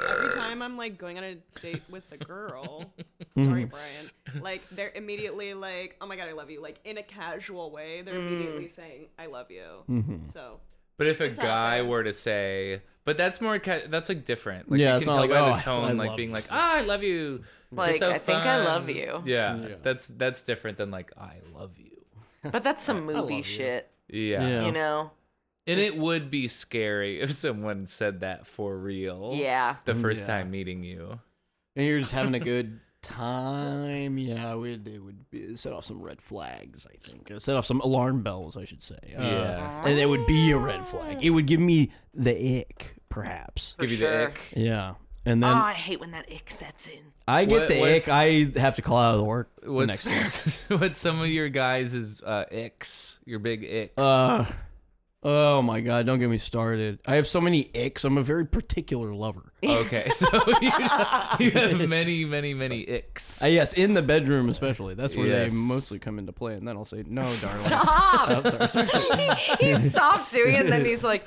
Speaker 4: every time I'm like going on a date with a girl, sorry Brian, like they're immediately like, "Oh my god, I love you!" Like in a casual way, they're
Speaker 3: Mm.
Speaker 4: immediately saying, "I love you." So
Speaker 1: But if a guy were to say, but that's more, ca- that's like different. Like
Speaker 2: Yeah,
Speaker 1: you
Speaker 2: it's
Speaker 1: can
Speaker 2: not
Speaker 1: tell
Speaker 2: like,
Speaker 1: by
Speaker 2: "Oh, I-
Speaker 1: the tone,
Speaker 2: I
Speaker 1: like
Speaker 2: love
Speaker 1: being
Speaker 2: you."
Speaker 1: like, ah, I love you. You're
Speaker 3: Like,
Speaker 1: so
Speaker 3: I think I love
Speaker 1: fun."
Speaker 3: you.
Speaker 1: Yeah, that's that's different than like I love you.
Speaker 3: But that's some movie shit,
Speaker 1: Yeah.
Speaker 2: Yeah.
Speaker 3: you know.
Speaker 1: and it would be scary if someone said that for real.
Speaker 3: Yeah.
Speaker 1: the first
Speaker 2: Mm, Yeah.
Speaker 1: time meeting you.
Speaker 2: and you're just having a good time, yeah, we, it would be, set off some red flags. I think Uh, set off some alarm bells. I should say. Uh,
Speaker 1: Yeah.
Speaker 2: and it would be a red flag. It would give me the ick, perhaps.
Speaker 1: Give you
Speaker 3: sure.
Speaker 1: the ick.
Speaker 2: Yeah, and then
Speaker 3: oh, I hate when that ick sets in.
Speaker 2: I get
Speaker 1: What-
Speaker 2: the
Speaker 1: what's-
Speaker 2: ick. I have to call out of the work the next day.
Speaker 1: What's what's some of your guys' is uh, icks? Your big icks.
Speaker 2: Uh, oh my god, don't get me started. I have so many icks. I'm a very particular lover.
Speaker 1: okay, so you, you have many, many, many icks.
Speaker 2: Uh, yes, in the bedroom especially. That's where
Speaker 1: Yes.
Speaker 2: they mostly come into play. And then I'll say, no, darling.
Speaker 3: Stop.
Speaker 2: Oh, sorry, sorry, sorry.
Speaker 3: he stopped doing it and then he's like,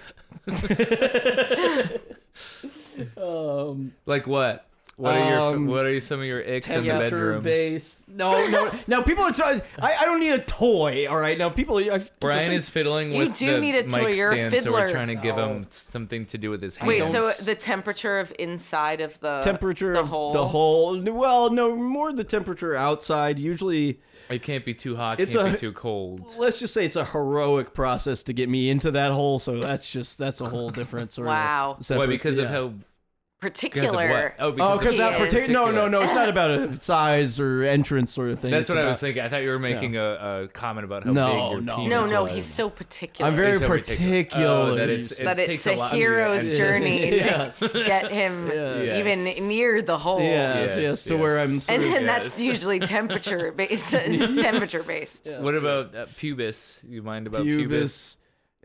Speaker 1: Like what? What are your
Speaker 2: Um,
Speaker 1: What are some of your icks in the bedroom?
Speaker 2: based. No, no. now people are trying. I, I don't need a toy. All right. Now people. I,
Speaker 1: Brian is fiddling
Speaker 3: You
Speaker 1: with
Speaker 3: do
Speaker 1: the
Speaker 3: need a toy,
Speaker 1: mic
Speaker 3: you're a
Speaker 1: stand, so we're
Speaker 3: fiddler.
Speaker 1: trying to give
Speaker 2: No.
Speaker 1: him something to do with his hands.
Speaker 3: Wait,
Speaker 2: don't
Speaker 3: so
Speaker 2: s-
Speaker 3: the temperature of inside of the
Speaker 2: temperature.
Speaker 3: the
Speaker 2: of
Speaker 3: hole,
Speaker 2: The whole. Well, no more the temperature outside. Usually,
Speaker 1: it can't be too hot.
Speaker 2: It's
Speaker 1: can't
Speaker 2: a-
Speaker 1: be too cold.
Speaker 2: let's just say it's a heroic process to get me into that hole. So that's just that's a whole different sort
Speaker 3: Wow.
Speaker 2: of.
Speaker 1: Why?
Speaker 2: separate-
Speaker 1: Because of
Speaker 2: yeah.
Speaker 1: how? Because
Speaker 3: particular.
Speaker 1: of what? Oh, because
Speaker 2: Oh,
Speaker 1: of
Speaker 2: because that
Speaker 3: Yes.
Speaker 2: particular. No, no, no. It's not about a size or entrance sort of thing.
Speaker 1: That's
Speaker 2: It's
Speaker 1: what I
Speaker 2: about-
Speaker 1: was thinking. I thought you were making a, a comment about how
Speaker 2: No,
Speaker 1: big your
Speaker 2: no.
Speaker 1: penis
Speaker 3: No, no,
Speaker 1: was.
Speaker 3: he's so particular.
Speaker 2: I'm very
Speaker 1: so
Speaker 2: particular.
Speaker 1: Oh, that it's, it
Speaker 3: that
Speaker 1: takes
Speaker 3: it's
Speaker 1: a,
Speaker 3: a,
Speaker 1: lot
Speaker 3: hero's
Speaker 1: yeah.
Speaker 3: journey
Speaker 2: Yes.
Speaker 3: to get him
Speaker 2: Yes.
Speaker 1: Yes.
Speaker 3: even near the hole.
Speaker 2: Yes, yes,
Speaker 1: Yes,
Speaker 2: to where
Speaker 1: yes.
Speaker 2: I'm. Sort
Speaker 3: And
Speaker 2: of-
Speaker 3: then
Speaker 1: Yes.
Speaker 3: that's usually temperature based. temperature based.
Speaker 1: What about uh, pubis? You mind about pubis?
Speaker 2: pubis.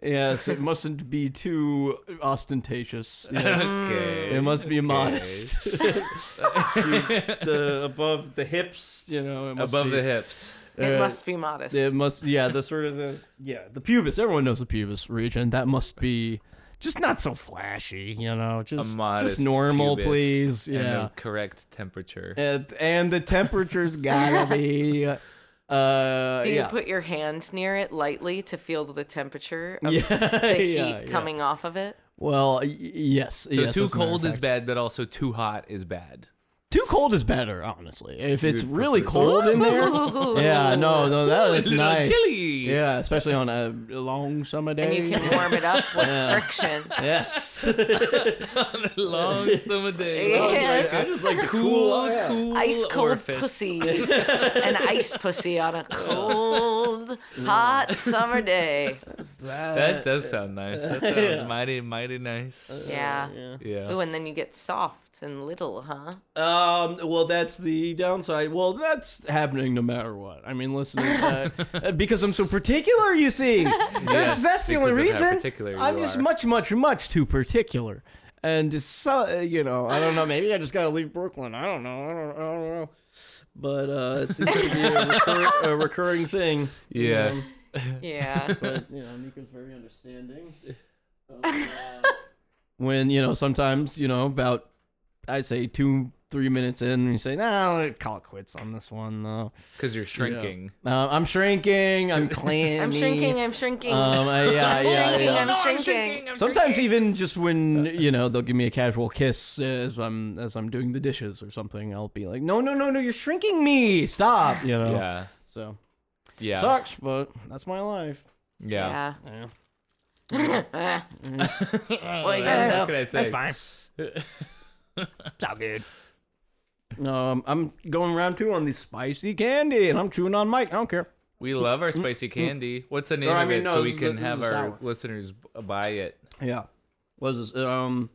Speaker 2: Yes, it mustn't be too ostentatious. Yes.
Speaker 1: Okay.
Speaker 2: it must be modest. the above the hips, you know, it must
Speaker 1: Above
Speaker 2: be-
Speaker 1: the hips.
Speaker 3: It
Speaker 2: uh,
Speaker 3: must be modest.
Speaker 2: It must, yeah, the sort of the yeah, the pubis. Everyone knows the pubis region. That must be just not so flashy, you know,
Speaker 1: A
Speaker 2: just
Speaker 1: modest
Speaker 2: just normal,
Speaker 1: pubis
Speaker 2: please.
Speaker 1: and
Speaker 2: Yeah,
Speaker 1: the correct temperature.
Speaker 2: and, and the temperature's gotta be. Uh,
Speaker 3: Do you
Speaker 2: yeah.
Speaker 3: put your hand near it lightly to feel the temperature of
Speaker 2: yeah,
Speaker 3: the heat
Speaker 2: yeah, yeah.
Speaker 3: coming off of it?
Speaker 2: Well, y- yes.
Speaker 1: So
Speaker 2: yes,
Speaker 1: too
Speaker 2: as a matter of
Speaker 1: cold is
Speaker 2: fact.
Speaker 1: bad, but also too hot is bad.
Speaker 2: Too cold is better, honestly. If it's
Speaker 1: You'd
Speaker 2: really
Speaker 1: prefer-
Speaker 2: cold in there, yeah, no, no, that is
Speaker 1: Little
Speaker 2: nice.
Speaker 1: chilly.
Speaker 2: Yeah, especially on a long summer
Speaker 3: And
Speaker 2: day.
Speaker 3: you can warm it up with friction.
Speaker 2: yes.
Speaker 1: Long summer day.
Speaker 3: Yes.
Speaker 2: I just like
Speaker 1: Cool, cool
Speaker 3: Ice cold
Speaker 1: orifice.
Speaker 3: pussy. An ice pussy on a cold, hot summer day.
Speaker 1: That does sound nice. That sounds mighty, mighty nice.
Speaker 3: Yeah.
Speaker 1: Yeah.
Speaker 3: Ooh, and then you get soft and little, huh?
Speaker 2: Um, well, that's the downside. Well, that's happening no matter what. I mean, listen, uh, uh, because I'm so particular, you see. That's, that's the only
Speaker 1: because of how
Speaker 2: reason.
Speaker 1: particular
Speaker 2: I'm
Speaker 1: you
Speaker 2: just
Speaker 1: are.
Speaker 2: much, much, much too particular. And it's so, uh, you know, I don't know. Maybe I just got to leave Brooklyn. I don't know. I don't, I don't know. But uh, it seems to be a, recur- a recurring thing. you
Speaker 1: Yeah.
Speaker 2: know.
Speaker 3: Yeah.
Speaker 2: but you know, Nico's very understanding. uh, when you know, sometimes you know, about I'd say two, three minutes in, you say, "No, nah, call it quits on this one." though."
Speaker 1: Because you're shrinking.
Speaker 2: Uh, I'm shrinking. I'm clammy.
Speaker 3: I'm shrinking, I'm shrinking.
Speaker 2: um, I, yeah, yeah,
Speaker 3: shrinking,
Speaker 2: yeah.
Speaker 3: I'm shrinking.
Speaker 2: Sometimes even just when you know they'll give me a casual kiss as I'm as I'm doing the dishes or something, I'll be like, "No, no, no, no! You're shrinking me! Stop!" You know.
Speaker 1: Yeah.
Speaker 2: So
Speaker 1: Yeah.
Speaker 2: sucks, but that's my life.
Speaker 1: yeah.
Speaker 3: Yeah.
Speaker 2: Yeah.
Speaker 3: Well, you
Speaker 1: What
Speaker 3: gotta know.
Speaker 1: can I say?
Speaker 5: That's fine. it's all good.
Speaker 2: Um, I'm going round two on the spicy candy, and I'm chewing on Mike. I don't care.
Speaker 1: We love our spicy candy. What's the name
Speaker 2: Mm-hmm. I
Speaker 1: of
Speaker 2: mean,
Speaker 1: it
Speaker 2: no,
Speaker 1: so we
Speaker 2: this is the-
Speaker 1: can
Speaker 2: this
Speaker 1: have
Speaker 2: is
Speaker 1: our
Speaker 2: sour.
Speaker 1: listeners b- buy it?
Speaker 2: Yeah. What is this? Um,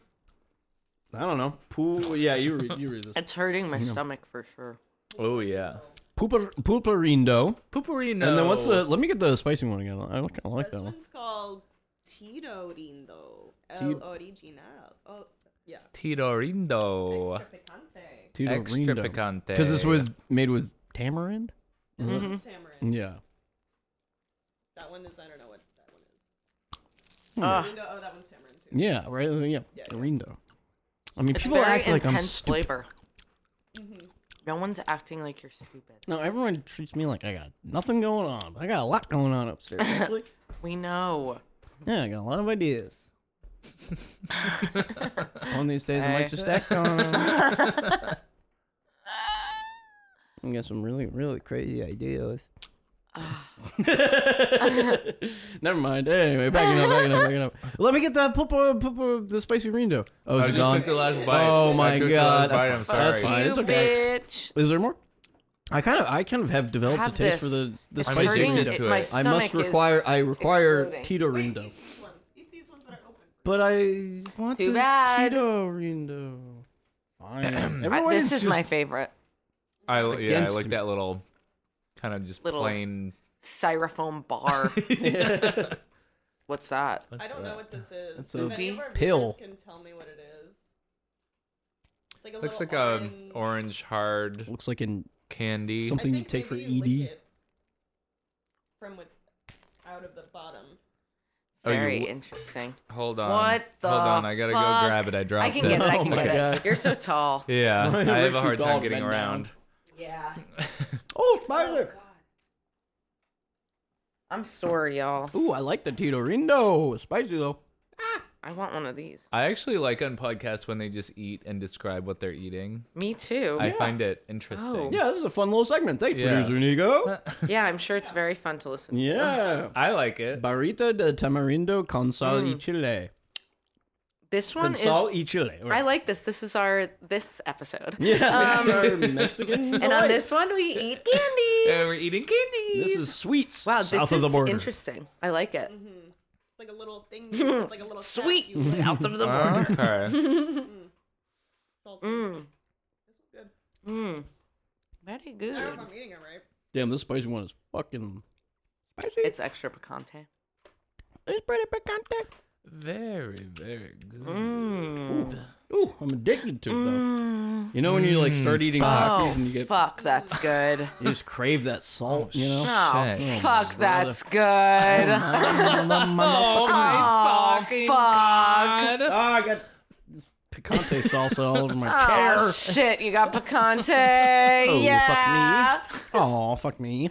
Speaker 2: I don't know. Pool. Yeah, you read. You read this.
Speaker 3: It's hurting my stomach for sure.
Speaker 1: Oh yeah.
Speaker 2: Pooper, pooperindo.
Speaker 1: Pooperino.
Speaker 2: And then what's the? Let me get the spicy one again. I like, I like that
Speaker 4: This
Speaker 2: one.
Speaker 4: one's called Tito Rindo. El
Speaker 2: Ti-
Speaker 4: Original. Oh, yeah.
Speaker 1: Tirorindo.
Speaker 4: Extra picante.
Speaker 1: Extra picante.
Speaker 2: Because it's with made with tamarind.
Speaker 4: This one's
Speaker 3: Mm-hmm.
Speaker 4: tamarind.
Speaker 2: Yeah.
Speaker 4: That one is, I don't know what that one is.
Speaker 3: Ah.
Speaker 4: Rindo, oh, that one's tamarind too.
Speaker 2: Yeah. Right. uh, Yeah.
Speaker 4: yeah.
Speaker 2: Rindo. I mean,
Speaker 3: It's
Speaker 2: people
Speaker 3: very
Speaker 2: act like I'm
Speaker 3: intense
Speaker 2: stupid.
Speaker 3: flavor. Mm-hmm. No one's acting like you're stupid.
Speaker 2: No, everyone treats me like I got nothing going on, but I got a lot going on upstairs. actually.
Speaker 3: We know.
Speaker 2: Yeah, I got a lot of ideas. One of these days, I
Speaker 3: Hey.
Speaker 2: might just act on them. I got some really, really crazy ideas. Never mind. Anyway, backing up, backing up, backing up. Let me get that pulpo, pulpo, uh, the spicy rindo. Oh,
Speaker 1: I
Speaker 2: is it
Speaker 1: just
Speaker 2: gone?
Speaker 1: took the last bite.
Speaker 2: Oh my
Speaker 1: I took
Speaker 2: God.
Speaker 1: The last bite. I'm
Speaker 2: That's
Speaker 1: sorry.
Speaker 2: fine. it's
Speaker 3: you
Speaker 2: okay.
Speaker 3: bitch.
Speaker 2: Is there more? I kind of, I kind of have developed
Speaker 3: Have
Speaker 2: a taste for
Speaker 3: this.
Speaker 2: the the
Speaker 3: It's
Speaker 1: I'm
Speaker 2: spicy
Speaker 3: hurting
Speaker 1: addicted
Speaker 2: rindo.
Speaker 1: to
Speaker 3: My
Speaker 1: it.
Speaker 2: I
Speaker 3: stomach
Speaker 2: must
Speaker 3: is-
Speaker 2: require, I require
Speaker 3: exploding.
Speaker 2: keto rindo.
Speaker 4: Eat these ones. Eat these ones that are open.
Speaker 2: But I want
Speaker 3: Too
Speaker 2: the
Speaker 3: bad.
Speaker 2: Cheeto Rindo. Fine.
Speaker 3: I-
Speaker 2: Everyone
Speaker 3: this is
Speaker 2: just-
Speaker 3: my favorite.
Speaker 1: I, yeah, I
Speaker 2: against
Speaker 1: like
Speaker 2: me.
Speaker 1: that little kind of just
Speaker 3: Little-
Speaker 1: plain.
Speaker 3: Styrofoam bar. What's that?
Speaker 4: I don't know what this is.
Speaker 2: a
Speaker 4: If any of our viewers
Speaker 2: pill.
Speaker 4: Can tell me what it is. It's like a
Speaker 1: Looks like
Speaker 4: little
Speaker 1: a
Speaker 4: orange-
Speaker 1: orange hard
Speaker 2: looks like an
Speaker 1: candy.
Speaker 4: I
Speaker 2: Some- Something you
Speaker 4: think
Speaker 2: take for
Speaker 4: maybe you lick
Speaker 2: ED.
Speaker 4: it From with, out of the bottom.
Speaker 1: Oh, you
Speaker 3: Very
Speaker 1: w-
Speaker 3: interesting.
Speaker 1: Hold on.
Speaker 3: What the?
Speaker 1: Hold on. I gotta go
Speaker 3: fuck?
Speaker 1: grab it. I dropped
Speaker 3: I can get it. I
Speaker 2: Oh
Speaker 3: can
Speaker 2: my
Speaker 3: get it.
Speaker 2: God.
Speaker 3: You're so tall.
Speaker 1: Yeah, I have
Speaker 2: too
Speaker 1: a hard
Speaker 2: tall
Speaker 1: time
Speaker 2: to
Speaker 1: getting
Speaker 2: bend
Speaker 1: around.
Speaker 2: down.
Speaker 3: Yeah.
Speaker 2: Oh, Spicer.
Speaker 3: I'm sorry, y'all.
Speaker 2: Ooh, I like the Tito Rindo. Spicy though.
Speaker 3: I want one of these.
Speaker 1: I actually like on podcasts when they just eat and describe what they're eating.
Speaker 3: Me too.
Speaker 1: I find it interesting.
Speaker 3: Oh.
Speaker 2: Yeah, this is a fun little segment. Thanks,
Speaker 1: Yeah.
Speaker 2: producer Nico.
Speaker 3: yeah, I'm sure it's very fun to listen. to.
Speaker 2: Yeah.
Speaker 1: I like it.
Speaker 2: Barrita de tamarindo con sal y chile.
Speaker 3: This
Speaker 2: Con
Speaker 3: one Mm. is.
Speaker 2: sal y chile.
Speaker 3: I like this. This is our this episode.
Speaker 2: yeah, that's our
Speaker 3: Um,
Speaker 2: Mexican.
Speaker 3: And on
Speaker 2: delight.
Speaker 3: this one, we eat candy.
Speaker 1: And we're eating candy.
Speaker 2: this is sweets.
Speaker 3: Wow,
Speaker 2: south
Speaker 3: this
Speaker 2: of the
Speaker 3: is
Speaker 2: border.
Speaker 3: interesting. I like it.
Speaker 4: like a little thing. It's like a little tap
Speaker 3: Sweet
Speaker 4: You like,
Speaker 3: south of the border.
Speaker 1: Okay.
Speaker 4: salty.
Speaker 3: Mm. Very
Speaker 4: I don't
Speaker 3: good.
Speaker 4: know if I'm eating it right.
Speaker 2: Damn, this spicy one is fucking spicy.
Speaker 3: It's extra picante.
Speaker 2: it's pretty picante.
Speaker 1: very, very good.
Speaker 3: Mm,
Speaker 2: Ooh, I'm addicted to it though. You know when you like start eating
Speaker 3: Oh
Speaker 2: hot and Ah, you get
Speaker 3: Mm. fuck, that's good.
Speaker 2: you just crave that salt, you know?
Speaker 3: Oh
Speaker 1: Shit.
Speaker 3: fuck, that's good.
Speaker 1: Oh,
Speaker 3: Oh fuck.
Speaker 2: Oh, I got picante salsa all over my
Speaker 3: Oh
Speaker 2: hair.
Speaker 3: shit, you got
Speaker 1: Oh,
Speaker 3: picante.
Speaker 2: fuck me.
Speaker 3: yeah.
Speaker 2: Oh, fuck me.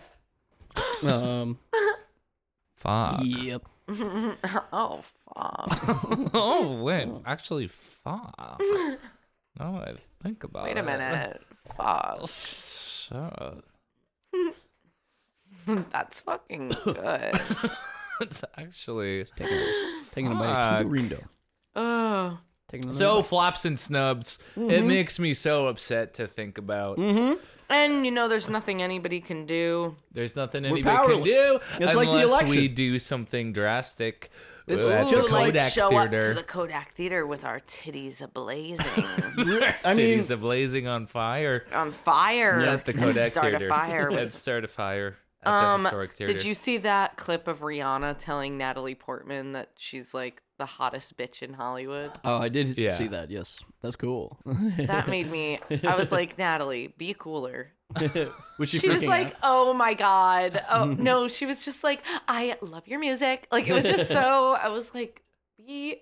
Speaker 2: Um,
Speaker 1: Fuck.
Speaker 2: yep.
Speaker 3: Oh fuck.
Speaker 1: Oh, wait. Actually, fuck. Now that I think about
Speaker 3: Wait
Speaker 1: it.
Speaker 3: a minute. Fuck.
Speaker 1: So,
Speaker 3: That's fucking good.
Speaker 1: it's actually.
Speaker 2: Taking a bite of Tito
Speaker 3: Oh.
Speaker 2: Taking
Speaker 1: So, flops and snubs. It makes me so upset to think about.
Speaker 3: And you know, there's nothing anybody can do.
Speaker 1: There's nothing anybody can
Speaker 2: powerless.
Speaker 1: do
Speaker 2: It's
Speaker 1: unless
Speaker 2: like the
Speaker 1: we
Speaker 2: election.
Speaker 1: do something drastic.
Speaker 2: It's
Speaker 1: at the
Speaker 2: just like
Speaker 1: Kodak
Speaker 3: show
Speaker 1: Theater.
Speaker 3: up to the Kodak Theater with our titties ablazing
Speaker 2: I mean,
Speaker 1: cities ablazing on fire
Speaker 3: on fire
Speaker 1: at the
Speaker 3: and
Speaker 1: Kodak
Speaker 3: start
Speaker 1: Theater.
Speaker 3: a
Speaker 1: At
Speaker 3: fire with
Speaker 1: start a fire at the
Speaker 3: Um,
Speaker 1: historic theater.
Speaker 3: did you see that clip of Rihanna telling Natalie Portman that she's like the hottest bitch in Hollywood?
Speaker 2: oh, I did
Speaker 1: Yeah.
Speaker 2: see that. Yes, that's cool.
Speaker 3: That made me. I was like, Natalie, be cooler.
Speaker 2: was she,
Speaker 3: She was
Speaker 2: freaking
Speaker 3: like,
Speaker 2: out?
Speaker 3: oh my god. Oh no, she was just like, I love your music. Like it was just so. I was like, be.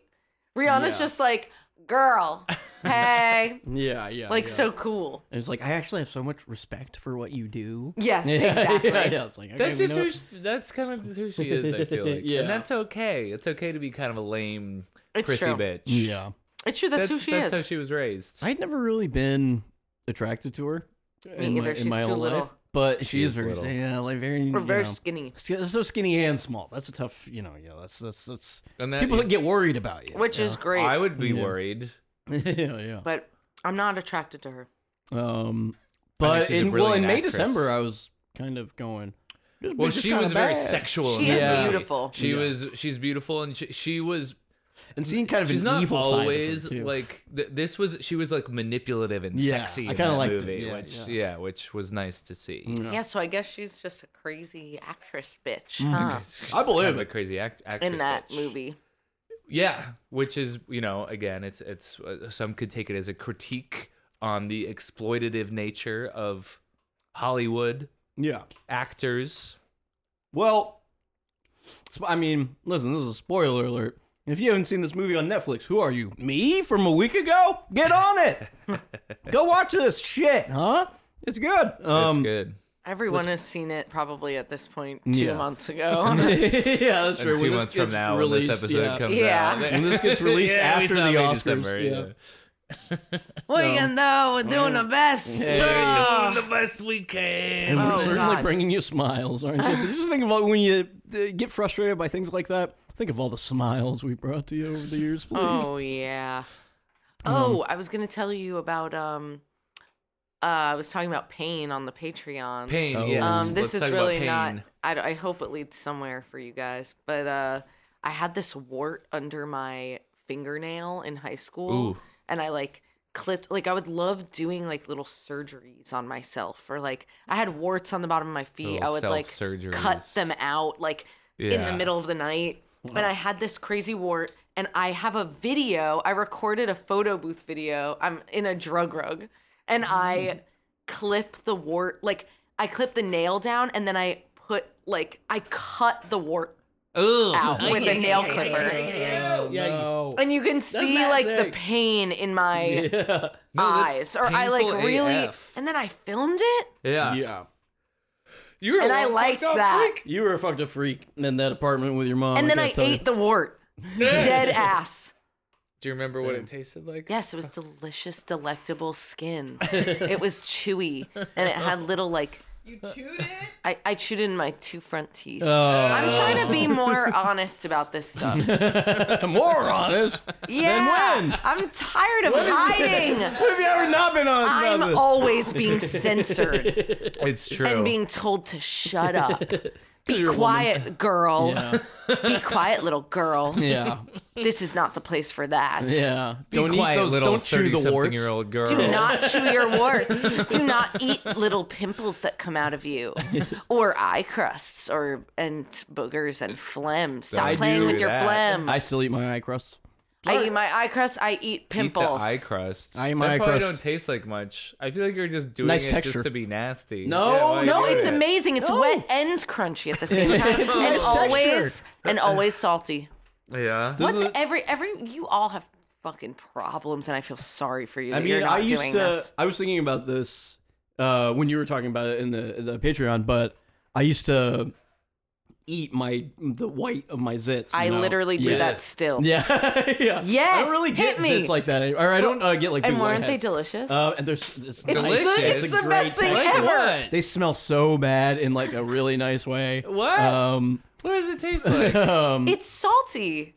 Speaker 3: Rihanna's
Speaker 2: Yeah.
Speaker 3: just like, girl, hey,
Speaker 2: yeah, yeah.
Speaker 3: like
Speaker 2: yeah.
Speaker 3: so cool.
Speaker 2: It was like, I actually have so much respect for what you do.
Speaker 3: Yes,
Speaker 2: Yeah,
Speaker 3: exactly.
Speaker 2: Yeah, yeah. It's like, okay,
Speaker 1: That's
Speaker 2: we
Speaker 1: just
Speaker 2: know-
Speaker 1: who she, that's kind of who she is. I feel like,
Speaker 2: Yeah.
Speaker 1: and that's okay. It's okay to be kind of a lame,
Speaker 3: It's
Speaker 1: prissy
Speaker 3: true.
Speaker 1: bitch.
Speaker 2: Yeah.
Speaker 3: It's true. That's, who she
Speaker 1: that's
Speaker 3: is.
Speaker 1: how she was raised.
Speaker 2: I'd never really been attracted to her. in
Speaker 3: either.
Speaker 2: My,
Speaker 3: She's
Speaker 2: in my
Speaker 3: too
Speaker 2: whole
Speaker 3: little.
Speaker 2: Life, but she, is
Speaker 1: is
Speaker 2: very,
Speaker 1: little.
Speaker 2: yeah, like very, you
Speaker 3: We're very
Speaker 2: know,
Speaker 3: skinny.
Speaker 2: sk- so skinny and small. That's a tough, you know, yeah. That's that's that's
Speaker 1: And that-
Speaker 2: people that get worried about you.
Speaker 3: Which is great.
Speaker 1: I would be worried.
Speaker 2: yeah,
Speaker 3: but I'm not attracted to her.
Speaker 2: yeah. Um,
Speaker 1: I think
Speaker 2: but
Speaker 1: she's a
Speaker 2: in well, in
Speaker 1: brilliant
Speaker 2: May
Speaker 1: actress.
Speaker 2: December, I was kind of going. this
Speaker 1: Well,
Speaker 2: bitch is
Speaker 1: she
Speaker 2: kinda
Speaker 1: was very
Speaker 2: bad.
Speaker 1: sexual.
Speaker 3: She
Speaker 1: in
Speaker 2: is
Speaker 1: that movie.
Speaker 3: beautiful.
Speaker 1: She
Speaker 2: Yeah.
Speaker 1: was. She's beautiful, and she, she was
Speaker 2: and seeing kind of
Speaker 1: She's
Speaker 2: an
Speaker 1: not
Speaker 2: evil
Speaker 1: always
Speaker 2: side of her, too.
Speaker 1: like th- this was. She was like manipulative and
Speaker 2: Yeah,
Speaker 1: sexy.
Speaker 2: I
Speaker 1: in
Speaker 2: kinda
Speaker 1: that
Speaker 2: liked it.
Speaker 1: movie,
Speaker 2: Yeah,
Speaker 1: which
Speaker 2: yeah. Mm.
Speaker 1: yeah. which was nice to see.
Speaker 3: Yeah. so I guess she's just a crazy actress bitch, huh?
Speaker 1: It's just
Speaker 2: I believe
Speaker 1: kind of
Speaker 2: it.
Speaker 1: a crazy act- actress
Speaker 3: Ah. In that
Speaker 1: bitch.
Speaker 3: movie.
Speaker 1: Yeah, which is you know again, it's it's uh, some could take it as a critique on the exploitative nature of Hollywood
Speaker 2: yeah.
Speaker 1: actors.
Speaker 2: Well, sp- I mean, listen, this is a spoiler alert. If you haven't seen this movie on Netflix, who are you? Me from a week ago? Get on it. Go watch this shit, huh? It's good.
Speaker 1: That's
Speaker 2: Um,
Speaker 1: good.
Speaker 3: Everyone has seen it probably at this point two
Speaker 2: Yeah.
Speaker 3: months ago.
Speaker 2: yeah, that's
Speaker 1: And
Speaker 2: true.
Speaker 1: two months from now, when this episode
Speaker 2: yeah.
Speaker 1: comes
Speaker 3: Yeah.
Speaker 1: out,
Speaker 2: When this gets released
Speaker 1: Yeah, we
Speaker 2: after
Speaker 1: saw
Speaker 2: the
Speaker 1: May
Speaker 2: Oscars,
Speaker 1: December,
Speaker 2: yeah.
Speaker 3: what are you gonna do? We're doing the best.
Speaker 1: We're
Speaker 3: Ah.
Speaker 1: doing the best we can.
Speaker 2: and we're
Speaker 3: Oh,
Speaker 2: certainly
Speaker 3: God.
Speaker 2: bringing you smiles, aren't you? Just think about when you uh, get frustrated by things like that. Think of all the smiles we brought to you over the years, please.
Speaker 3: Oh yeah. Oh,
Speaker 1: Mm-hmm.
Speaker 3: I was gonna tell you about um uh I was talking about pain on the Patreon.
Speaker 1: Pain.
Speaker 2: Oh.
Speaker 1: Yes.
Speaker 3: Um,
Speaker 1: Let's
Speaker 3: this
Speaker 1: talk
Speaker 3: is
Speaker 1: about
Speaker 3: really not.
Speaker 1: pain.
Speaker 3: I, d- I hope it leads somewhere for you guys. But uh, I had this wart under my fingernail in high school,
Speaker 1: Ooh.
Speaker 3: and I like clipped. Like I would love doing like little surgeries on myself, or like I had warts on the bottom of my feet.
Speaker 1: Little
Speaker 3: I would like cut
Speaker 1: self-surgeries.
Speaker 3: them out, like in the
Speaker 1: Yeah.
Speaker 3: middle of the night. And I had this crazy wart, and I have a video. I recorded a photo booth video. I'm in a drug rug, and I clip the wart like I clip the nail down and then I put like I cut the wart
Speaker 1: Ugh.
Speaker 3: out with a nail clipper.
Speaker 5: Yeah, yeah.
Speaker 2: No.
Speaker 3: And you can see like the
Speaker 2: magic.
Speaker 3: pain in my
Speaker 2: Yeah.
Speaker 1: No, that's
Speaker 3: eyes. Or I like
Speaker 1: painful
Speaker 3: really
Speaker 1: AF.
Speaker 3: and then I filmed it.
Speaker 1: Yeah.
Speaker 2: yeah.
Speaker 1: You were
Speaker 3: And I
Speaker 1: one
Speaker 3: liked
Speaker 1: fucked up
Speaker 3: that.
Speaker 1: freak.
Speaker 2: You were a fucked up freak Oh in that apartment with your mom.
Speaker 3: And then I
Speaker 2: gotta tell you.
Speaker 3: ate the wart. Dead ass.
Speaker 1: Do you remember what it tasted like?
Speaker 3: Yes, it was delicious, delectable skin. It was chewy and it had little like
Speaker 4: You chewed it.
Speaker 3: I, I chewed in my two front teeth.
Speaker 2: Oh.
Speaker 3: I'm trying to be more honest about this stuff.
Speaker 2: more honest.
Speaker 3: Yeah,
Speaker 2: when?
Speaker 3: I'm tired of
Speaker 2: is-
Speaker 3: hiding.
Speaker 2: What have you ever not been honest
Speaker 3: I'm
Speaker 2: about this?
Speaker 3: always being censored
Speaker 1: It's true.
Speaker 3: and being told to shut up. Be
Speaker 2: you're a woman.
Speaker 3: quiet, girl.
Speaker 2: Yeah.
Speaker 3: Be quiet, little girl.
Speaker 2: yeah.
Speaker 3: This is not the place for that.
Speaker 2: Yeah.
Speaker 1: Be
Speaker 2: don't
Speaker 1: quiet,
Speaker 2: eat those.
Speaker 1: Little
Speaker 2: Don't chew the warts.
Speaker 1: Year old girl.
Speaker 3: Do not chew your warts. Do not eat little pimples that come out of you, or eye crusts, or and boogers and phlegm. Stop
Speaker 1: I
Speaker 3: playing
Speaker 1: do
Speaker 3: with your
Speaker 1: that.
Speaker 3: phlegm.
Speaker 2: I
Speaker 3: I,
Speaker 2: still eat my eye crusts.
Speaker 3: eat my eye crust. I eat
Speaker 1: Eat the
Speaker 3: pimples.
Speaker 1: eye crust.
Speaker 2: I eat my
Speaker 1: that
Speaker 2: eye
Speaker 1: probably
Speaker 2: crust.
Speaker 1: don't taste like much. I feel like you're just doing
Speaker 2: Nice
Speaker 1: it
Speaker 2: texture.
Speaker 1: just to be nasty.
Speaker 2: No,
Speaker 1: why
Speaker 3: No,
Speaker 1: do
Speaker 3: it's
Speaker 1: it?
Speaker 3: amazing. It's wet and crunchy at the same time,
Speaker 2: It's
Speaker 3: and
Speaker 2: nice
Speaker 3: always
Speaker 2: texture.
Speaker 3: and always salty.
Speaker 1: Yeah.
Speaker 3: What's
Speaker 2: is-
Speaker 3: every every? You all have fucking problems, and I feel sorry for you.
Speaker 2: I
Speaker 3: that
Speaker 2: mean,
Speaker 3: you're not
Speaker 2: I used
Speaker 3: doing
Speaker 2: to.
Speaker 3: this.
Speaker 2: I was thinking about this uh, when you were talking about it in the the Patreon, but I used to eat my the white of my zits. you
Speaker 3: I
Speaker 2: know?
Speaker 3: literally do
Speaker 2: Yeah.
Speaker 3: that still.
Speaker 2: Yeah, yeah. I
Speaker 3: Yes,
Speaker 2: don't really
Speaker 3: hit
Speaker 2: get
Speaker 3: me.
Speaker 2: zits like that, any- or I don't uh, get like.
Speaker 3: And
Speaker 2: big
Speaker 3: weren't they
Speaker 2: whiteheads.
Speaker 3: delicious?
Speaker 2: Uh, and there's it's,
Speaker 3: it's
Speaker 2: nice.
Speaker 1: delicious.
Speaker 3: good. It's,
Speaker 1: It's
Speaker 2: a
Speaker 3: the
Speaker 2: great
Speaker 3: best thing
Speaker 2: texture.
Speaker 3: ever.
Speaker 1: What?
Speaker 2: They smell so bad in like a really nice way.
Speaker 1: What?
Speaker 2: Um,
Speaker 1: What does it taste like?
Speaker 3: It's salty.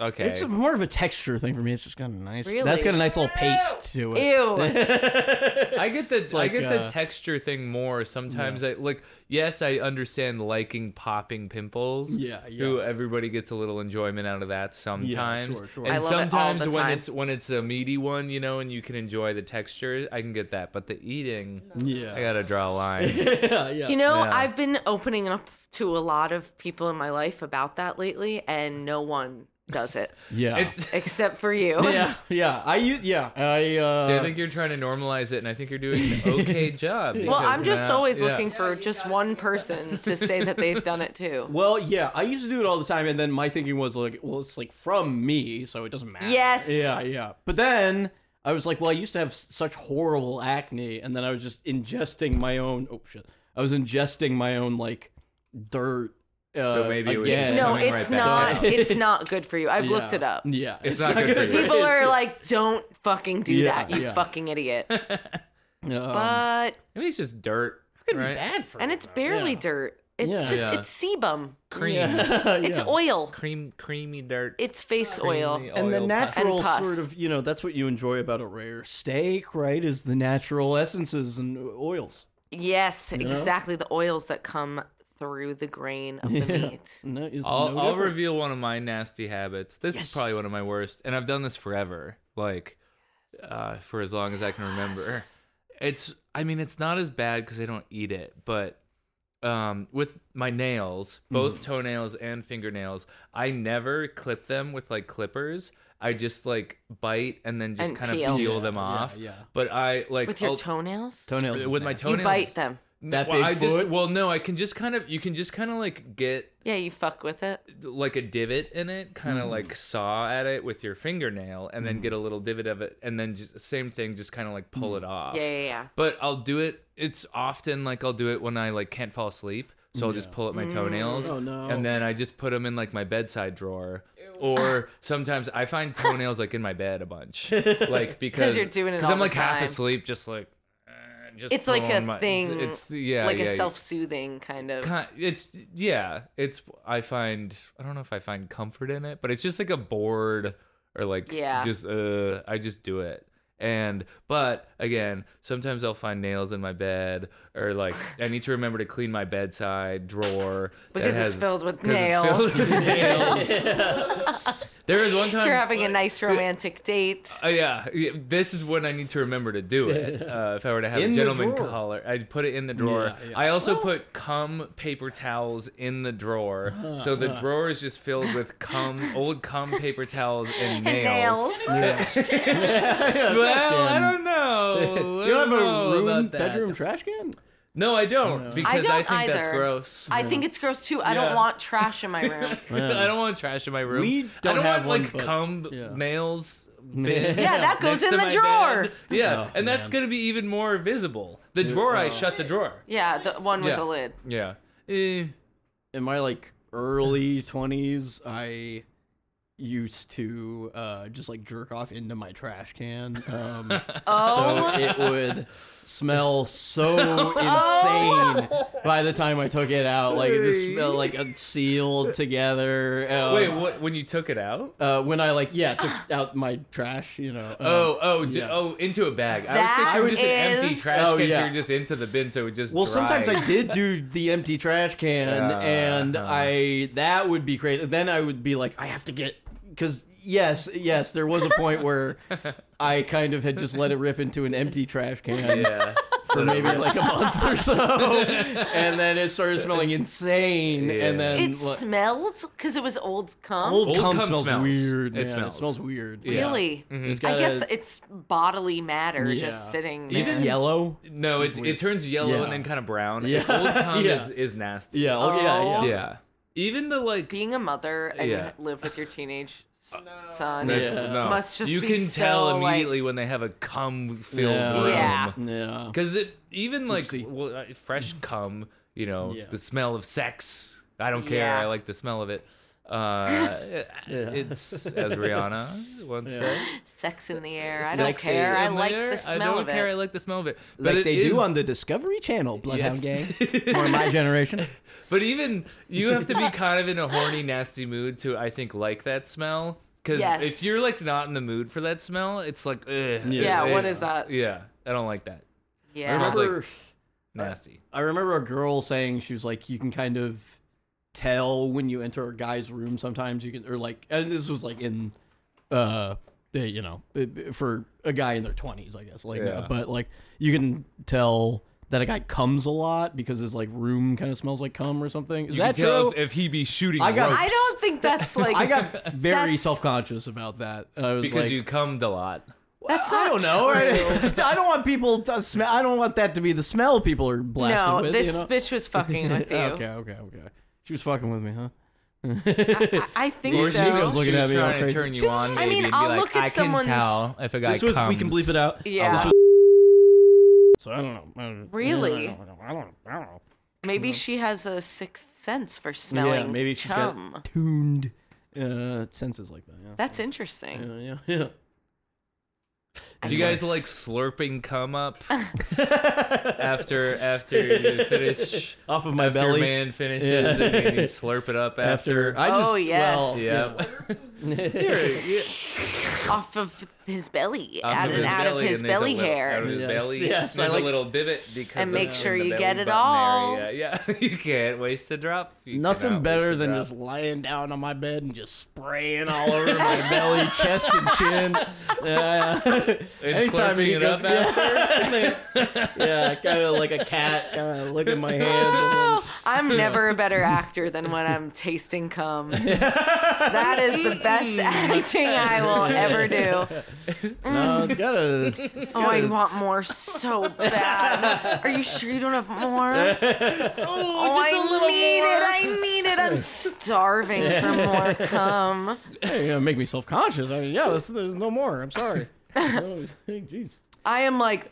Speaker 1: okay.
Speaker 2: it's more of a texture thing for me. It's just got a nice.
Speaker 3: Really?
Speaker 2: That's got a nice little paste to it.
Speaker 3: Ew.
Speaker 1: I get the
Speaker 2: like,
Speaker 1: I get
Speaker 2: uh,
Speaker 1: the texture thing more sometimes. I like yes, I understand liking popping pimples.
Speaker 2: Yeah, yeah.
Speaker 1: Who everybody gets a little enjoyment out of that sometimes.
Speaker 2: sure, sure.
Speaker 1: And
Speaker 3: I love it all
Speaker 1: sometimes
Speaker 3: the
Speaker 1: when
Speaker 3: time.
Speaker 1: it's when it's a meaty one, you know, and you can enjoy the texture, I can get that. But the eating,
Speaker 2: Yeah.
Speaker 1: I gotta draw a line.
Speaker 2: yeah, yeah.
Speaker 3: You know,
Speaker 1: Yeah.
Speaker 3: I've been opening up to a lot of people in my life about that lately, and no one does it
Speaker 2: yeah.
Speaker 1: it's.
Speaker 3: except for you.
Speaker 2: yeah, yeah. I u- yeah. I uh,
Speaker 1: See, I think you're trying to normalize it, and I think you're doing an okay job.
Speaker 3: Well,
Speaker 1: because
Speaker 3: I'm just
Speaker 1: now-
Speaker 3: always
Speaker 1: yeah.
Speaker 3: looking for just one person to say that they've done it too.
Speaker 2: well, yeah. I used to do it all the time, and then my thinking was like, well, it's like from me, so it doesn't matter.
Speaker 3: Yes.
Speaker 2: Yeah, yeah. But then I was like, well, I used to have s- such horrible acne, and then I was just ingesting my own. Oh shit! I was ingesting my own like dirt. Uh,
Speaker 1: So maybe it was just
Speaker 2: again.
Speaker 3: No,
Speaker 1: coming
Speaker 3: it's
Speaker 1: right back
Speaker 3: not.
Speaker 1: out.
Speaker 3: It's not good for you. I've
Speaker 2: Yeah.
Speaker 3: looked it up.
Speaker 2: Yeah,
Speaker 1: It's not good for you.
Speaker 3: People are like, "Don't fucking do
Speaker 2: Yeah,
Speaker 3: that, you
Speaker 2: yeah.
Speaker 3: fucking idiot."
Speaker 1: Um,
Speaker 2: Yeah. Um,
Speaker 3: But
Speaker 1: Maybe it's just dirt. right?
Speaker 2: bad for
Speaker 3: and it's barely dirt. It's
Speaker 2: Yeah.
Speaker 3: just
Speaker 1: Yeah.
Speaker 3: it's sebum.
Speaker 1: Cream,
Speaker 3: It's oil.
Speaker 1: cream, creamy dirt.
Speaker 3: It's face oil.
Speaker 1: Creamy
Speaker 2: and the
Speaker 1: oil pus.
Speaker 3: And
Speaker 2: natural
Speaker 3: pus.
Speaker 2: sort of you know that's what you enjoy about a rare steak right is the natural essences and oils
Speaker 3: Yes, exactly. The oils that come through the grain of the meat.
Speaker 2: And that is
Speaker 1: I'll,
Speaker 2: no
Speaker 1: I'll
Speaker 2: different.
Speaker 1: reveal one of my nasty habits. This is probably one of my worst, and I've done this forever, like uh, for as long as I can remember. It's, I mean, it's not as bad because I don't eat it, but um, with my nails, both
Speaker 2: Mm-hmm.
Speaker 1: toenails and fingernails, I never clip them with like clippers. I just like bite and then just
Speaker 3: And
Speaker 1: kind
Speaker 3: peel.
Speaker 1: of peel them
Speaker 2: Yeah,
Speaker 1: off.
Speaker 2: yeah.
Speaker 1: But I like
Speaker 3: With your
Speaker 1: I'll-
Speaker 3: toenails?
Speaker 2: toenails
Speaker 1: with my
Speaker 3: You
Speaker 1: toenails.
Speaker 3: bite them.
Speaker 2: That
Speaker 1: well,
Speaker 2: big
Speaker 1: I just
Speaker 2: foot?
Speaker 1: well no, I can just kind of you can just kind of like get
Speaker 3: Yeah, you fuck with it.
Speaker 1: like a divot in it, kind
Speaker 2: Mm.
Speaker 1: of like saw at it with your fingernail, and then get a little divot of it, and then just same thing, just kind of like pull
Speaker 2: Mm.
Speaker 1: it off.
Speaker 3: Yeah, yeah, yeah.
Speaker 1: But I'll do it. It's often like I'll do it when I like can't fall asleep, so I'll just pull at my toenails,
Speaker 3: Mm.
Speaker 2: Oh, no.
Speaker 1: and then I just put them in like my bedside drawer. Or sometimes I find toenails like in my bed a bunch, like because
Speaker 3: you're doing it
Speaker 1: because
Speaker 3: all
Speaker 1: I'm
Speaker 3: the
Speaker 1: like half
Speaker 3: time.
Speaker 1: asleep, just like. uh, Just
Speaker 3: It's like a
Speaker 1: pulling my-
Speaker 3: thing.
Speaker 1: It's, yeah,
Speaker 3: like a
Speaker 1: yeah,
Speaker 3: self-soothing kind of.
Speaker 1: kind it's yeah it's i find i don't know if i find comfort in it but it's just like a bored or like
Speaker 3: Yeah.
Speaker 1: just uh i just do it and but again sometimes i'll find nails in my bed or like i need to remember to clean my bedside drawer that
Speaker 3: Because it's
Speaker 1: has-
Speaker 3: filled with
Speaker 1: 'cause it's
Speaker 3: nails.
Speaker 1: filled with nails. there was one time
Speaker 3: You're having a nice romantic date.
Speaker 1: uh, yeah, yeah, this is when I need to remember to do it. Uh, if I were to have
Speaker 2: In
Speaker 1: a
Speaker 2: the
Speaker 1: gentleman
Speaker 2: drawer.
Speaker 1: collar, I'd put it in the drawer.
Speaker 2: Yeah, yeah.
Speaker 1: I also put cum paper towels in the drawer,
Speaker 2: Uh-huh,
Speaker 1: so the drawer is just filled with cum, old cum paper towels and nails.
Speaker 3: nails.
Speaker 1: well, I don't know.
Speaker 2: you don't have a
Speaker 1: know
Speaker 2: room
Speaker 1: about that.
Speaker 2: bedroom trash can
Speaker 1: No, I don't. Because I,
Speaker 3: I don't
Speaker 1: think
Speaker 3: either.
Speaker 1: that's gross.
Speaker 3: I think it's gross too. I
Speaker 1: Yeah.
Speaker 3: don't want trash in my room.
Speaker 1: I don't want trash in my room.
Speaker 2: We
Speaker 1: I
Speaker 2: don't
Speaker 1: don't
Speaker 2: have
Speaker 1: want
Speaker 2: one,
Speaker 1: like
Speaker 2: but-
Speaker 1: cum
Speaker 2: yeah.
Speaker 1: nails. bin
Speaker 3: Yeah, that
Speaker 1: next
Speaker 3: goes in
Speaker 1: to
Speaker 3: the
Speaker 1: my
Speaker 3: drawer.
Speaker 1: bed. Yeah,
Speaker 2: Oh,
Speaker 1: and that's
Speaker 2: man.
Speaker 1: gonna be even more visible. The drawer,
Speaker 3: Oh.
Speaker 1: I shut the drawer.
Speaker 3: Yeah, the one with
Speaker 1: Yeah.
Speaker 3: the lid.
Speaker 1: Yeah. Eh.
Speaker 2: in my like early 20s i used to uh, just like jerk off into my trash can um,
Speaker 3: Oh,
Speaker 2: so it would smell so
Speaker 1: Oh.
Speaker 2: insane by the time i took it out like it just smelled like a sealed together um,
Speaker 1: Wait, what? When you took it out?
Speaker 2: uh, when i like yeah took out my trash you know um,
Speaker 1: Oh, oh, j-
Speaker 2: yeah.
Speaker 1: oh, into a bag.
Speaker 3: That
Speaker 1: I was thinking just an empty
Speaker 3: is-
Speaker 1: trash
Speaker 2: Oh,
Speaker 1: can.
Speaker 2: yeah.
Speaker 1: You're just into the bin, so it just.
Speaker 2: Well, sometimes I
Speaker 1: dried.
Speaker 2: did do the empty trash can,
Speaker 1: Yeah. uh-huh.
Speaker 2: and I that would be crazy. Then I would be like, I have to get because yes, yes, there was a point where I kind of had just let it rip into an empty trash can
Speaker 1: Yeah.
Speaker 2: for maybe like a month or so, and then it started smelling insane,
Speaker 1: Yeah.
Speaker 2: and then
Speaker 3: It
Speaker 2: like,
Speaker 3: smelled because it was old cum.
Speaker 2: old,
Speaker 1: Old
Speaker 2: cum,
Speaker 1: cum
Speaker 2: smells,
Speaker 1: smells.
Speaker 2: weird.
Speaker 1: It
Speaker 2: man.
Speaker 1: smells.
Speaker 2: weird.
Speaker 1: Yeah.
Speaker 3: Really?
Speaker 1: Mm-hmm.
Speaker 2: It's
Speaker 3: I guess
Speaker 2: gotta-
Speaker 3: th- it's bodily matter
Speaker 2: yeah.
Speaker 3: just sitting there.
Speaker 2: It's yellow.
Speaker 1: No, it, it turns yellow
Speaker 2: Yeah.
Speaker 1: and then kind of brown.
Speaker 2: Yeah.
Speaker 1: Yeah. Old cum
Speaker 2: Yeah.
Speaker 1: is, is nasty.
Speaker 2: Yeah, oh, yeah,
Speaker 3: Oh.
Speaker 2: yeah.
Speaker 1: Yeah. Even the like.
Speaker 3: Being a mother and you
Speaker 1: Yeah.
Speaker 3: ha- live with your teenage s-
Speaker 4: Oh.
Speaker 3: son.
Speaker 1: That's,
Speaker 2: Yeah.
Speaker 1: no.
Speaker 3: Must just
Speaker 1: you
Speaker 3: be
Speaker 1: can
Speaker 3: so,
Speaker 1: tell
Speaker 3: like-
Speaker 1: immediately when they have a cum filled
Speaker 2: Yeah.
Speaker 1: room.
Speaker 3: Yeah.
Speaker 2: Yeah.
Speaker 1: Because it even like
Speaker 2: Oopsie.
Speaker 1: well, uh, fresh cum, you know,
Speaker 2: Yeah.
Speaker 1: the smell of sex. I don't care.
Speaker 3: Yeah.
Speaker 1: I like the smell of it. Uh, It's as Rihanna once said.
Speaker 3: Sex in the air. I don't
Speaker 2: Sex is
Speaker 3: care. I
Speaker 1: in
Speaker 3: like
Speaker 1: there.
Speaker 3: the
Speaker 1: I
Speaker 3: smell
Speaker 1: don't
Speaker 3: of
Speaker 1: care. I
Speaker 3: it.
Speaker 1: like the smell of it. But
Speaker 2: Like
Speaker 1: it
Speaker 2: they
Speaker 1: is-
Speaker 2: do on the Discovery Channel, Bloodhound
Speaker 1: Yes.
Speaker 2: Gang, or my generation.
Speaker 1: But even you have to be kind of in a horny, nasty mood to, I think, like that smell. Because
Speaker 3: Yes.
Speaker 1: if you're like not in the mood for that smell, it's like, ugh.
Speaker 3: Yeah,
Speaker 1: I-
Speaker 3: what is that?
Speaker 1: Yeah, I don't like that.
Speaker 3: Yeah.
Speaker 1: Smells like-
Speaker 2: remember,
Speaker 1: Nasty.
Speaker 2: I remember a girl saying she was like, you can kind of tell when you enter a guy's room. Sometimes you can, or like, and this was like in, uh, eh, you know, eh, eh, for a guy in their twenties, I guess. Like,
Speaker 1: Yeah.
Speaker 2: but like, you can tell that a guy comes a lot because his like room kind of smells like cum or something. Is
Speaker 1: You
Speaker 2: that
Speaker 1: can tell
Speaker 2: true?
Speaker 1: If, if he be shooting
Speaker 2: I got-
Speaker 1: ropes
Speaker 3: I don't think that's like.
Speaker 2: I got very
Speaker 3: That's-
Speaker 2: self conscious about that. I was
Speaker 1: because
Speaker 2: like,
Speaker 1: you cummed a lot.
Speaker 3: that's not
Speaker 2: I don't know. I don't want people to smell. I don't want that to be the smell people are blasted
Speaker 3: No,
Speaker 2: with.
Speaker 3: this
Speaker 2: you know?
Speaker 3: bitch was fucking with you.
Speaker 2: Okay, okay, okay. She was fucking with me, huh?
Speaker 3: I, I think
Speaker 1: Or
Speaker 3: so.
Speaker 1: she was
Speaker 2: looking at me all
Speaker 1: trying to
Speaker 2: crazy.
Speaker 1: turn
Speaker 2: See,
Speaker 1: you on.
Speaker 3: I
Speaker 1: maybe,
Speaker 3: mean,
Speaker 1: and be
Speaker 3: I'll
Speaker 1: like,
Speaker 3: look at
Speaker 1: I
Speaker 3: someone's-
Speaker 1: can tell if a guy
Speaker 2: this was we can
Speaker 1: comes."
Speaker 2: bleep it out.
Speaker 3: Yeah.
Speaker 2: So I don't know. I don't know.
Speaker 3: Really?
Speaker 2: I don't know. I don't know. I don't know.
Speaker 3: Maybe she has a sixth sense for smelling
Speaker 2: yeah, maybe she's
Speaker 3: cum.
Speaker 2: got tuned uh, senses like that. Yeah.
Speaker 3: That's interesting.
Speaker 2: Yeah, yeah, yeah.
Speaker 1: Do you guys like slurping cum up after after you finish
Speaker 2: Off of my
Speaker 1: after your
Speaker 2: belly.
Speaker 1: man finishes
Speaker 2: Yeah.
Speaker 1: and then you slurp it up
Speaker 2: After
Speaker 1: after?
Speaker 2: I just
Speaker 3: Oh, yes.
Speaker 2: well,
Speaker 1: yeah.
Speaker 3: off of his belly,
Speaker 1: Off
Speaker 3: out,
Speaker 1: of
Speaker 3: and
Speaker 1: his
Speaker 3: out of
Speaker 1: belly,
Speaker 3: his
Speaker 1: and there's a
Speaker 3: belly
Speaker 1: little-
Speaker 3: hair.
Speaker 1: Out of his
Speaker 2: Yes,
Speaker 1: belly.
Speaker 2: yes, I
Speaker 1: There's
Speaker 2: like-
Speaker 1: a little divot because
Speaker 3: And
Speaker 1: of
Speaker 3: make
Speaker 1: the-
Speaker 3: sure
Speaker 1: the
Speaker 3: you
Speaker 1: belly
Speaker 3: get it
Speaker 1: button
Speaker 3: all.
Speaker 1: area. Yeah, you can't waste a drop. You
Speaker 2: Nothing
Speaker 1: cannot
Speaker 2: better
Speaker 1: waste a
Speaker 2: than
Speaker 1: drop.
Speaker 2: just lying down on my bed and just spraying all over my belly, chest, and chin. Yeah.
Speaker 1: and
Speaker 2: anytime
Speaker 1: slurping
Speaker 2: you
Speaker 1: it
Speaker 2: go-
Speaker 1: up
Speaker 2: yeah.
Speaker 1: after.
Speaker 2: yeah, kind of like a cat, kind of look at my hand. And
Speaker 3: I'm never a better actor than when I'm tasting cum. Mm-hmm. that is the best acting I will ever do.
Speaker 2: then, no, it's got a.
Speaker 3: Oh, I want more so bad. Are you sure you don't have more? Oh,
Speaker 1: just
Speaker 3: I
Speaker 1: a little
Speaker 3: need
Speaker 1: more.
Speaker 3: it. I need it. I'm starving for more cum.
Speaker 2: Hey, you know, make me self conscious. I mean, yeah, there's, there's no more. I'm sorry. Oh, Jeez.
Speaker 3: I am like,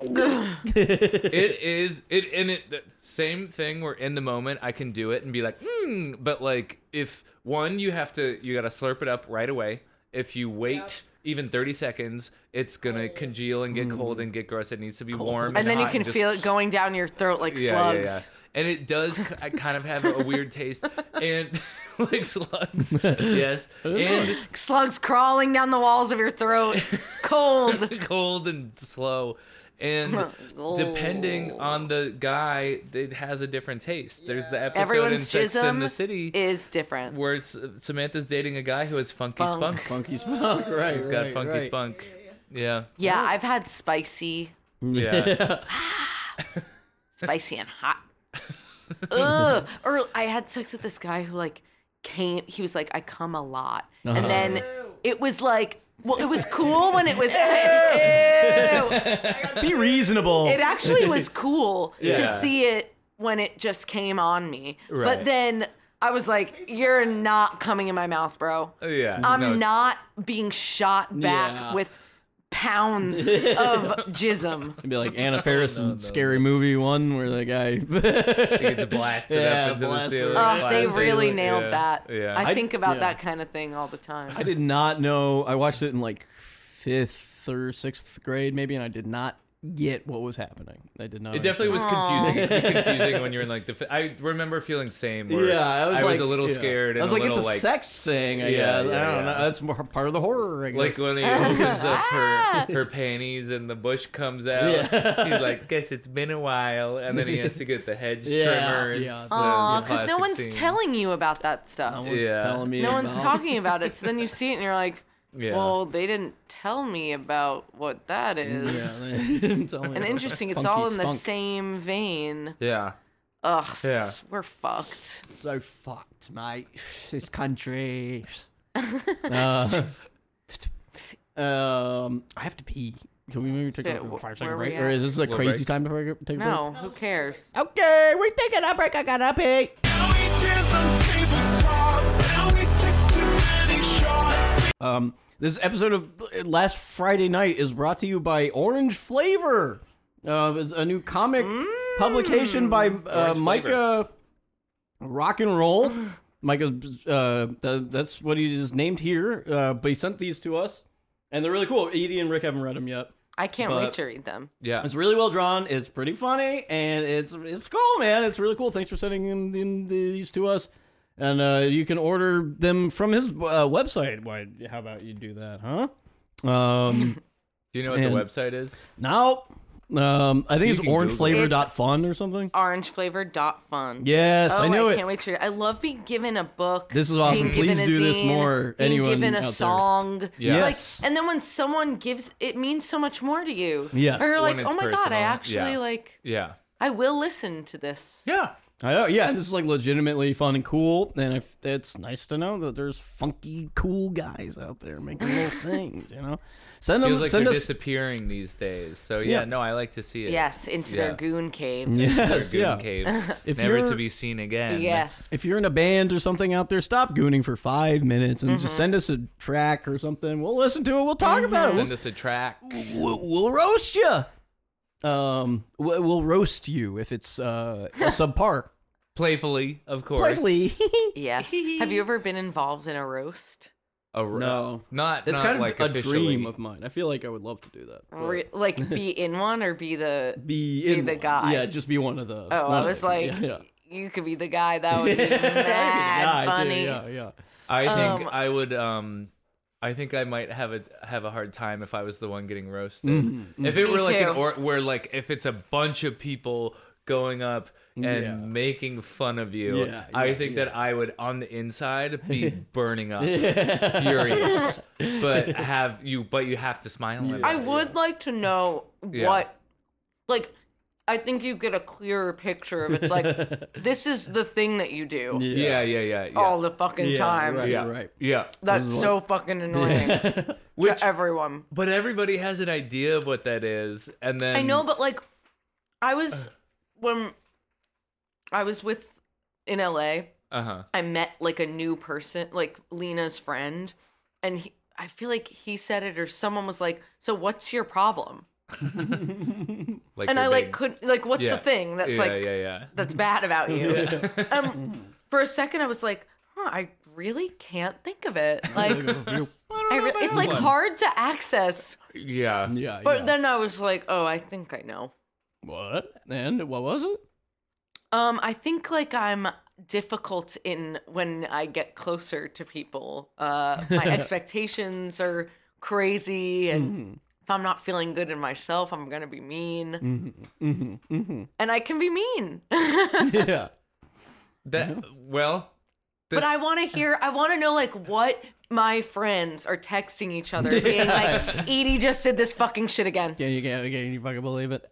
Speaker 1: it is it and it the same thing where in the moment I can do it and be like, mm, but like if one you have to you gotta slurp it up right away. If you wait even 30 seconds, it's gonna congeal and get cold and get gross. It needs to be warm, and,
Speaker 3: and then you
Speaker 1: hot
Speaker 3: can
Speaker 1: just-
Speaker 3: feel it going down your throat like slugs.
Speaker 1: And it does k- I kind of have a weird taste and like slugs. Yes. And
Speaker 3: Slugs crawling down the walls of your throat. Cold.
Speaker 1: cold and slow. And
Speaker 3: Oh.
Speaker 1: depending on the guy, it has a different taste. There's the episode
Speaker 3: Everyone's
Speaker 1: in Sex
Speaker 3: jism
Speaker 1: in the City
Speaker 3: is different.
Speaker 1: where it's, Samantha's dating a guy who has funky
Speaker 3: Spunk.
Speaker 1: spunk.
Speaker 2: Funky spunk, right?
Speaker 1: He's got funky spunk. Yeah.
Speaker 3: Yeah, I've had spicy,
Speaker 1: Yeah.
Speaker 3: spicy and hot. Ugh. Or I had sex
Speaker 1: Uh-huh.
Speaker 3: with this guy who like came. He was like, I come a lot, and then it was like Well, it was cool when it was. Ew.
Speaker 2: Be reasonable.
Speaker 3: It actually was cool
Speaker 1: Yeah.
Speaker 3: to see it when it just came on me.
Speaker 1: Right.
Speaker 3: But then I was like, "You're not coming in my mouth, bro.
Speaker 1: Yeah.
Speaker 3: I'm
Speaker 1: Uh, no,
Speaker 3: not being shot back
Speaker 2: Yeah.
Speaker 3: with pounds of jism."
Speaker 2: It'd be like Anna Faris in Scary Movie One, where the guy.
Speaker 1: She gets blasted
Speaker 2: Yeah,
Speaker 1: up into
Speaker 2: blasted.
Speaker 1: the ceiling.
Speaker 2: Oh,
Speaker 3: Oh, they
Speaker 1: Blasted.
Speaker 3: really
Speaker 1: Yeah,
Speaker 3: nailed that.
Speaker 1: Yeah.
Speaker 3: I,
Speaker 2: I-
Speaker 3: think about
Speaker 2: yeah.
Speaker 3: that kind of thing all the time.
Speaker 2: I did not know. I watched it in like fifth or sixth grade, maybe, and I did not get what was happening. I did not.
Speaker 1: It definitely was confusing. It'd be confusing when you're in like the. f- I remember feeling same. Where
Speaker 2: Yeah, I was
Speaker 1: I
Speaker 2: like
Speaker 1: was a little
Speaker 2: yeah.
Speaker 1: scared. And
Speaker 2: I was
Speaker 1: a
Speaker 2: like,
Speaker 1: little,
Speaker 2: it's a
Speaker 1: like,
Speaker 2: sex thing. I
Speaker 1: Yeah,
Speaker 2: guess.
Speaker 1: yeah,
Speaker 2: I don't
Speaker 1: yeah.
Speaker 2: know. That's more part of the horror. I guess.
Speaker 1: Like when he opens up
Speaker 3: Ah.
Speaker 1: her her panties and the bush comes out, she's like, "Guess it's been a while." And then he has to get the hedge
Speaker 2: Yeah.
Speaker 1: trimmers.
Speaker 2: Yeah.
Speaker 1: the-
Speaker 3: Aw,
Speaker 1: the
Speaker 3: because no
Speaker 1: plastic scene.
Speaker 3: one's telling you about that
Speaker 2: no
Speaker 3: stuff.
Speaker 2: one's
Speaker 1: Yeah.
Speaker 2: telling me.
Speaker 3: No one's
Speaker 2: about-
Speaker 3: talking about it. So then you see it and you're like,
Speaker 1: Yeah.
Speaker 3: well, they didn't tell me about what that is.
Speaker 2: Yeah, they didn't tell me
Speaker 3: And
Speaker 2: about
Speaker 3: interesting, it's
Speaker 2: Mm. funky
Speaker 3: all in the
Speaker 2: spunk.
Speaker 3: same vein.
Speaker 1: Yeah.
Speaker 3: Ugh,
Speaker 1: Yeah.
Speaker 3: s- we're fucked.
Speaker 2: so fucked, mate. This country. Uh, um, I have to pee. Can we maybe take
Speaker 3: Shit,
Speaker 2: a
Speaker 3: wh-
Speaker 2: like, five
Speaker 3: where
Speaker 2: second
Speaker 3: we
Speaker 2: break? Or
Speaker 3: at?
Speaker 2: is this a
Speaker 1: Little
Speaker 2: crazy
Speaker 1: break.
Speaker 2: time to break- take a break?
Speaker 3: No, who cares?
Speaker 2: Okay, we're taking a break. I gotta pee.
Speaker 6: Now we dance on tabletops. Now we take too many shots.
Speaker 2: Um, this episode of Last Friday Night is brought to you by Orange Flavor, uh, it's a new comic
Speaker 3: Mm.
Speaker 2: publication by uh,
Speaker 1: Orange
Speaker 2: Micah Rock and Roll. Micah's uh, th- that's what he is named here, uh, but he sent these to us, and they're really cool. Edie and Rick haven't read them yet.
Speaker 3: I can't wait
Speaker 2: But-
Speaker 3: to read them.
Speaker 1: Yeah.
Speaker 2: It's really well drawn. It's pretty funny, and it's it's cool, man. It's really cool. Thanks for sending in, in these to us, and uh, you can order them from his uh, website. Why? How about you do that, huh? Um,
Speaker 1: Do you know what
Speaker 2: And-
Speaker 1: the website is?
Speaker 2: no. Um, I think
Speaker 1: You
Speaker 2: it's
Speaker 1: can Google it.
Speaker 2: orangeflavor.fun or something.
Speaker 3: Orange flavor dot fun.
Speaker 2: Yes,
Speaker 3: Oh,
Speaker 2: I knew it.
Speaker 3: can't wait to read. I love being given a book.
Speaker 2: This is awesome.
Speaker 3: Being given
Speaker 2: Please
Speaker 3: a
Speaker 2: do this
Speaker 3: zine,
Speaker 2: more,
Speaker 3: Being
Speaker 2: anyone
Speaker 3: given a
Speaker 2: out there.
Speaker 3: song.
Speaker 2: Yes.
Speaker 3: Like, and then when someone gives, it means so much more to you.
Speaker 2: Yes.
Speaker 3: Or you're
Speaker 1: When
Speaker 3: like,
Speaker 1: it's
Speaker 3: oh my god,
Speaker 1: personal,
Speaker 3: I
Speaker 1: yeah.
Speaker 3: actually like,
Speaker 1: Yeah.
Speaker 3: I will listen to this.
Speaker 1: Yeah.
Speaker 2: I know, yeah, this is like legitimately fun and cool, and if, it's nice to know that there's funky, cool guys out there making little things. You know, send them,
Speaker 1: Feels like
Speaker 2: Um, send
Speaker 1: they're
Speaker 2: us.
Speaker 1: disappearing these days. So yeah,
Speaker 2: Yeah.
Speaker 1: no, I like to see it.
Speaker 3: Yes, into
Speaker 1: Yeah.
Speaker 3: their goon caves.
Speaker 1: They're
Speaker 2: yes,
Speaker 1: good
Speaker 2: yeah.
Speaker 1: caves,
Speaker 2: If
Speaker 1: never
Speaker 2: you're-
Speaker 1: to be seen again.
Speaker 3: Yes.
Speaker 2: if you're in a band or something out there, stop gooning for five minutes and
Speaker 3: Mm-hmm.
Speaker 2: just send us a track or something. We'll listen to it. We'll talk about
Speaker 1: Send
Speaker 3: Mm-hmm.
Speaker 2: it.
Speaker 1: us a track.
Speaker 2: We'll, we'll, we'll roast you. Um, we- we'll roast you if it's uh subpar.
Speaker 1: Playfully, of course.
Speaker 2: Playfully.
Speaker 3: Yes. Have you ever been involved in a roast?
Speaker 1: A ro-
Speaker 2: No.
Speaker 1: Not,
Speaker 2: It's
Speaker 1: not
Speaker 2: kind of
Speaker 1: like
Speaker 2: a
Speaker 1: officially.
Speaker 2: dream of mine. I feel like I would love to do that. but-
Speaker 3: Re- like be in one or be the
Speaker 2: be, in
Speaker 3: the
Speaker 2: one.
Speaker 3: guy.
Speaker 2: Yeah, just be one of the.
Speaker 3: Oh,
Speaker 2: one
Speaker 3: I
Speaker 2: of
Speaker 3: was
Speaker 2: the-
Speaker 3: like,
Speaker 2: yeah, yeah.
Speaker 3: you could be the guy. That
Speaker 2: Be
Speaker 3: would be
Speaker 2: the guy,
Speaker 3: mad
Speaker 2: too,
Speaker 3: funny.
Speaker 2: Yeah, yeah.
Speaker 1: I think
Speaker 3: Um,
Speaker 1: I would. Um, I think I might have a have a hard time if I was the one getting roasted.
Speaker 2: Mm-hmm.
Speaker 1: If it
Speaker 3: Mm-hmm. Me
Speaker 1: were like an
Speaker 3: too.
Speaker 1: or where like if it's a bunch of people going up and
Speaker 2: Yeah.
Speaker 1: making fun of you,
Speaker 2: Yeah,
Speaker 1: I
Speaker 2: yeah,
Speaker 1: think
Speaker 2: yeah.
Speaker 1: that I would on the inside be burning up, furious, but have you but you have to smile. at
Speaker 3: I
Speaker 1: it.
Speaker 3: would like to know
Speaker 1: Yeah.
Speaker 3: what, like, I think you get a clearer picture of it's like, this is the thing that you do
Speaker 1: Yeah, yeah, yeah, yeah.
Speaker 3: all the fucking
Speaker 2: Yeah,
Speaker 3: time.
Speaker 2: right.
Speaker 1: yeah,
Speaker 2: right.
Speaker 1: Yeah,
Speaker 3: That's so fucking annoying to
Speaker 1: which
Speaker 3: everyone.
Speaker 1: but everybody has an idea of what that is, and Uh. then
Speaker 3: I know, but like, I was when I was with in LA,
Speaker 1: uh huh.
Speaker 3: I met like a new person, like Lena's friend, and he, I feel like he said it or someone was like, "So what's your problem?"
Speaker 1: Like
Speaker 3: And
Speaker 1: your
Speaker 3: I like
Speaker 1: big-
Speaker 3: couldn't like, "What's
Speaker 1: Yeah.
Speaker 3: the thing that's
Speaker 1: yeah,
Speaker 3: like
Speaker 1: yeah, yeah.
Speaker 3: that's bad about you?" Um, for a second, I was like, "Huh, I really can't think of it." Like, I re- it's like hard to access.
Speaker 1: Yeah.
Speaker 2: Yeah,
Speaker 3: But
Speaker 2: yeah.
Speaker 3: then I was like, "Oh, I think I know."
Speaker 2: what? And what was it?
Speaker 3: Um, I think like I'm difficult in when I get closer to people. Uh, my expectations are crazy, and if I'm not feeling good in myself, I'm gonna be mean, and I can be mean.
Speaker 2: yeah.
Speaker 1: That well,
Speaker 3: but I want to hear. I want to know like what my friends are texting each other, being like, "Edie just did this fucking shit again."
Speaker 2: Can you can, can you fucking believe it?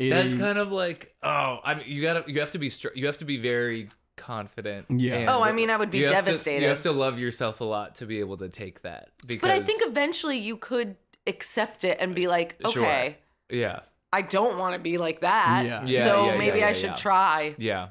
Speaker 1: that's
Speaker 2: Eating-
Speaker 1: kind of like oh, I mean, you gotta you have to be str- you have to be very confident.
Speaker 2: Yeah.
Speaker 1: and-
Speaker 3: Oh, I mean, I would be
Speaker 1: you have to-
Speaker 3: devastated.
Speaker 1: you have to love yourself a lot to be able to take that. Because,
Speaker 3: But I think eventually you could accept it and be like,
Speaker 1: Uh, Sure.
Speaker 3: okay,
Speaker 1: yeah,
Speaker 3: I don't want to be like that.
Speaker 2: Yeah.
Speaker 1: Yeah,
Speaker 3: so
Speaker 1: yeah, yeah,
Speaker 3: maybe
Speaker 1: yeah,
Speaker 3: I should
Speaker 1: yeah.
Speaker 3: try.
Speaker 1: yeah.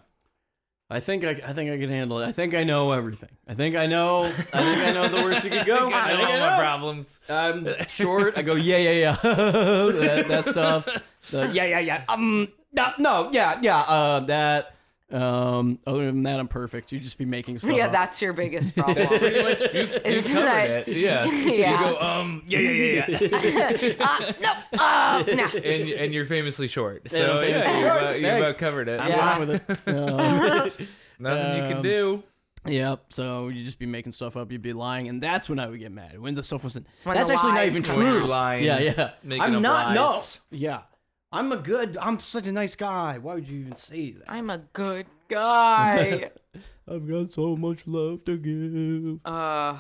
Speaker 2: I think I, I think I can handle it. I think I know everything. I think I know. I think I know the worst you could go.
Speaker 1: I know all my problems.
Speaker 2: I'm short. I go yeah yeah yeah. that, that stuff. The, yeah yeah yeah. Um no, no yeah yeah uh that. Um other than that I'm perfect. You just be making stuff.
Speaker 3: Yeah,
Speaker 2: up.
Speaker 3: that's your biggest problem.
Speaker 1: Pretty much, you, you
Speaker 3: Isn't
Speaker 1: covered
Speaker 3: that-
Speaker 1: it. Yeah.
Speaker 3: Yeah.
Speaker 1: You go, um, yeah, yeah, yeah, yeah.
Speaker 3: Ah, no, ah, nah.
Speaker 1: and and you're famously short. So
Speaker 2: I'm famously
Speaker 1: yeah, you
Speaker 2: short.
Speaker 1: about, you
Speaker 2: Hey.
Speaker 1: about uh, covered it.
Speaker 2: I'm
Speaker 3: Yeah.
Speaker 2: fine with it. Um,
Speaker 1: Nothing you
Speaker 2: Um,
Speaker 1: can do.
Speaker 2: yep. So you just be making stuff up. You'd be lying, and that's when I would get mad. When the stuff wasn't.
Speaker 3: When
Speaker 2: that's
Speaker 3: the
Speaker 2: actually not
Speaker 3: lies
Speaker 2: even
Speaker 3: come
Speaker 1: When
Speaker 2: true.
Speaker 1: you're lying.
Speaker 2: Yeah, yeah.
Speaker 1: making
Speaker 2: I'm
Speaker 1: up
Speaker 2: not.
Speaker 1: lies.
Speaker 2: No. Yeah. I'm a good. I'm such a nice guy. Why would you even say that?
Speaker 3: I'm a good guy.
Speaker 2: I've got so much love to give.
Speaker 3: Uh,